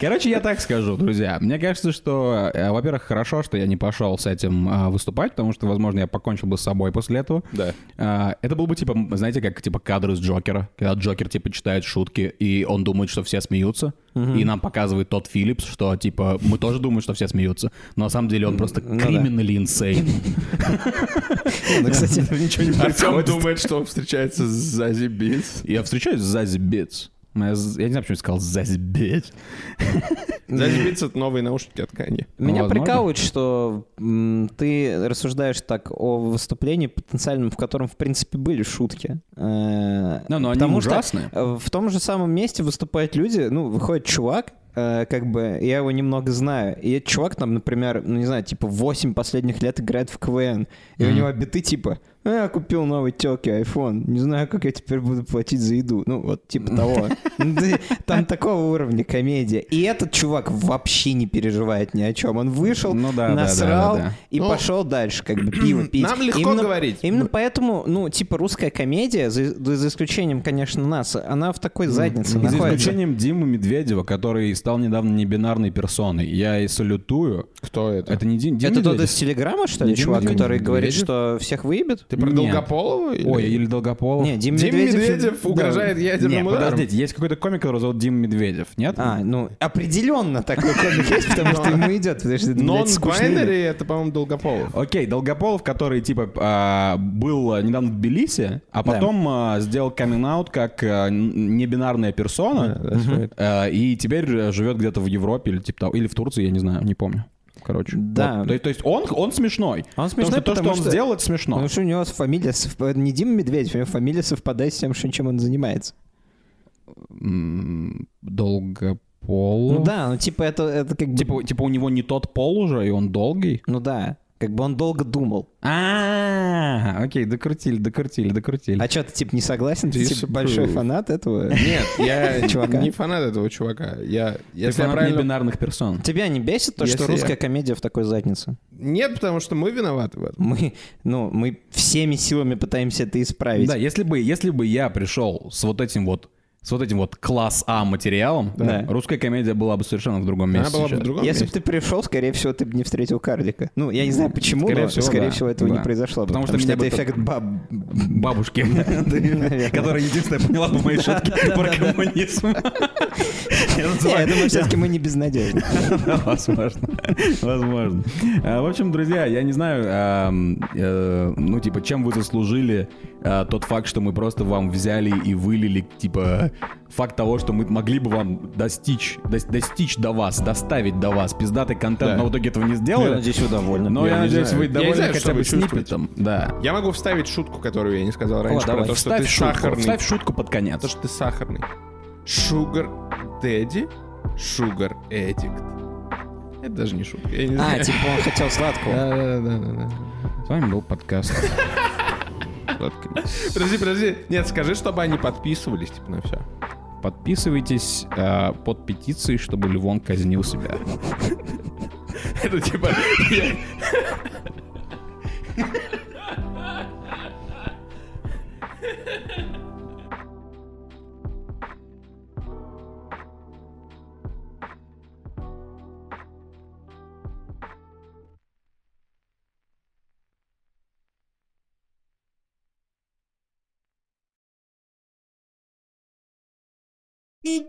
Speaker 1: Короче, я так скажу, друзья. Мне кажется, что, э, во-первых, хорошо, что я не пошел с этим э, выступать, потому что, возможно, я покончил бы с собой после этого.
Speaker 2: Да.
Speaker 1: Э, это был бы, типа, м, знаете, как, типа, кадры с Джокера, когда Джокер, типа, читает шутки, и он думает, что все смеются, и нам показывает тот Филлипс, что, типа, мы тоже думаем, что все смеются, но на самом деле он просто
Speaker 3: ну да.
Speaker 1: криминали инсейн.
Speaker 3: Ну, кстати,
Speaker 1: Ничего не
Speaker 2: Артем
Speaker 1: происходит.
Speaker 2: думает, что он встречается с Зази Битс.
Speaker 1: Я встречаюсь с Зази Битс. Моя з- Я не знаю, почему я сказал Зази Битс.
Speaker 2: Зази Битс — это новые наушники от Канье.
Speaker 3: Меня
Speaker 1: возможно.
Speaker 3: прикалывает, что м, ты рассуждаешь так о выступлении потенциальном, в котором, в принципе, были шутки. Э,
Speaker 1: Ну, но они
Speaker 3: потому что,
Speaker 1: ужасные.
Speaker 3: э, В том же самом месте выступают люди, ну, выходит чувак, э, как бы, я его немного знаю, и этот чувак там, например, ну, не знаю, типа, 8 последних лет играет в КВН, и у него биты типа, «А, я купил новый тёке iPhone, не знаю, как я теперь буду платить за еду. Ну, вот, типа того. Ну, ты- Там такого уровня комедия. И этот чувак вообще не переживает ни о чем. Он вышел,
Speaker 1: Ну да, да, да,
Speaker 3: насрал
Speaker 1: да, да.
Speaker 3: и
Speaker 2: Ну,
Speaker 3: пошел дальше, как бы, пиво пить.
Speaker 2: Нам легко говорить.
Speaker 3: Именно поэтому, ну, типа, русская комедия, за, да за исключением, конечно, нас, она в такой заднице
Speaker 1: За
Speaker 3: находится.
Speaker 1: исключением Димы Медведева, который стал недавно небинарной персоной. Я и салютую.
Speaker 2: Кто
Speaker 1: Это не Дим, Дим
Speaker 3: Это тот
Speaker 1: Медведев?
Speaker 3: из Телеграма, что ли,
Speaker 1: Не Дима
Speaker 3: чувак,
Speaker 1: Медведев.
Speaker 3: который говорит,
Speaker 1: Медведев?
Speaker 3: что всех выебет?
Speaker 2: Ты про
Speaker 1: Нет.
Speaker 2: Долгополова? или-
Speaker 1: Ой, или Долгополов?
Speaker 3: Не, Дим,
Speaker 2: Дим Медведев,
Speaker 3: да.
Speaker 2: угрожает
Speaker 1: Не,
Speaker 2: ядерным ударом.
Speaker 1: подождите, есть какой-то комик, которого зовут Дима Медведев, нет?
Speaker 3: А, ну, определенно такой комик есть, потому что ему идет, потому что это, блядь, скучно.
Speaker 2: Non-binary — это, по-моему, Долгополов.
Speaker 1: Окей, Долгополов, который, типа, а, был а, недавно в Тбилиси, а потом а, сделал камин-аут как а, н- небинарная персона, а, и теперь а, живет где-то в Европе или, типа, того, или в Турции, я не знаю, не помню. Короче.
Speaker 3: Да.
Speaker 1: Вот. То, есть- то есть он, он смешной.
Speaker 3: Он смешной,
Speaker 1: Потому что то, что
Speaker 3: потому
Speaker 1: он
Speaker 3: что-
Speaker 1: сделал, это смешно.
Speaker 3: Потому что у него фамилия совпадает. Не Дима Медведев, у него фамилия совпадает с тем, что- чем он занимается.
Speaker 1: М, долгопол.
Speaker 3: Ну да, ну типа это, это как бы...
Speaker 1: Типа, типа у него не тот пол уже, и он долгий.
Speaker 3: Ну да, как бы он долго думал.
Speaker 1: А, окей, докрутили, докрутили, докрутили.
Speaker 3: А что, ты типа не согласен? Ты
Speaker 2: This
Speaker 3: типа большой
Speaker 2: proof.
Speaker 3: фанат этого?
Speaker 2: Нет, я
Speaker 3: Чувака.
Speaker 2: не фанат этого чувака. Я,
Speaker 1: Ты
Speaker 2: если я
Speaker 1: фанат
Speaker 2: правильно
Speaker 1: небинарных персон.
Speaker 3: Тебя не бесит то, что
Speaker 2: Если я-
Speaker 3: русская комедия в такой заднице?
Speaker 2: Нет, потому что мы виноваты в этом.
Speaker 3: Мы, ну, мы всеми силами пытаемся это исправить.
Speaker 1: Да, если бы, если бы я пришел с вот этим вот с вот этим вот класс А материалом,
Speaker 3: Да.
Speaker 1: русская комедия была бы совершенно в другом
Speaker 2: Она
Speaker 1: месте.
Speaker 2: была бы в
Speaker 1: сейчас.
Speaker 2: другом
Speaker 3: Если бы
Speaker 2: месте.
Speaker 3: ты пришел, скорее всего, ты бы не встретил карлика. Ну, я не знаю почему,
Speaker 1: Скорее
Speaker 3: но,
Speaker 1: всего,
Speaker 3: скорее
Speaker 1: да.
Speaker 3: всего, этого
Speaker 1: Да.
Speaker 3: не произошло. бы,
Speaker 1: Потому
Speaker 3: Потому,
Speaker 1: что меня
Speaker 3: что,
Speaker 1: бы
Speaker 3: это
Speaker 1: так-
Speaker 3: эффект баб...
Speaker 1: Бабушки, которая единственная поняла бы мои шутки про коммунизм. Я
Speaker 3: Не, я
Speaker 1: называю-
Speaker 3: думаю, все-таки мы не безнадежны.
Speaker 1: Возможно. Возможно. А, В общем, друзья, я не знаю, ам, э, ну, типа, чем вы заслужили а, тот факт, что мы просто вам взяли и вылили, типа, факт того, что мы могли бы вам достичь, дос- достичь до вас, доставить до вас пиздатый контент,
Speaker 2: Да.
Speaker 1: но в итоге этого не сделали.
Speaker 3: Ну, вы довольны.
Speaker 1: Но
Speaker 2: Я
Speaker 1: я
Speaker 2: не
Speaker 1: надеюсь,
Speaker 2: знаю.
Speaker 1: вы
Speaker 2: Я не
Speaker 1: довольны
Speaker 2: знаю,
Speaker 1: хотя
Speaker 2: что
Speaker 1: бы
Speaker 2: вы чувствуете.
Speaker 1: сниппетом. Да.
Speaker 2: Я могу вставить шутку, которую я не сказал
Speaker 1: О,
Speaker 2: раньше,
Speaker 1: давай,
Speaker 2: про то, что ты
Speaker 1: вставь шутку,
Speaker 2: сахарный.
Speaker 1: Вставь шутку под конец.
Speaker 2: То, что ты сахарный. Sugar Daddy, Sugar Addict. Это даже не шутка. Я не
Speaker 3: А,
Speaker 2: знаю.
Speaker 3: типа он хотел сладкого.
Speaker 2: Да-да-да-да-да.
Speaker 1: С вами был подкаст.
Speaker 2: Подожди, подожди. Нет, скажи, чтобы они подписывались, типа, на все.
Speaker 1: Подписывайтесь а, под петицией, чтобы Львон казнил себя.
Speaker 2: Это типа... я-
Speaker 4: Beep.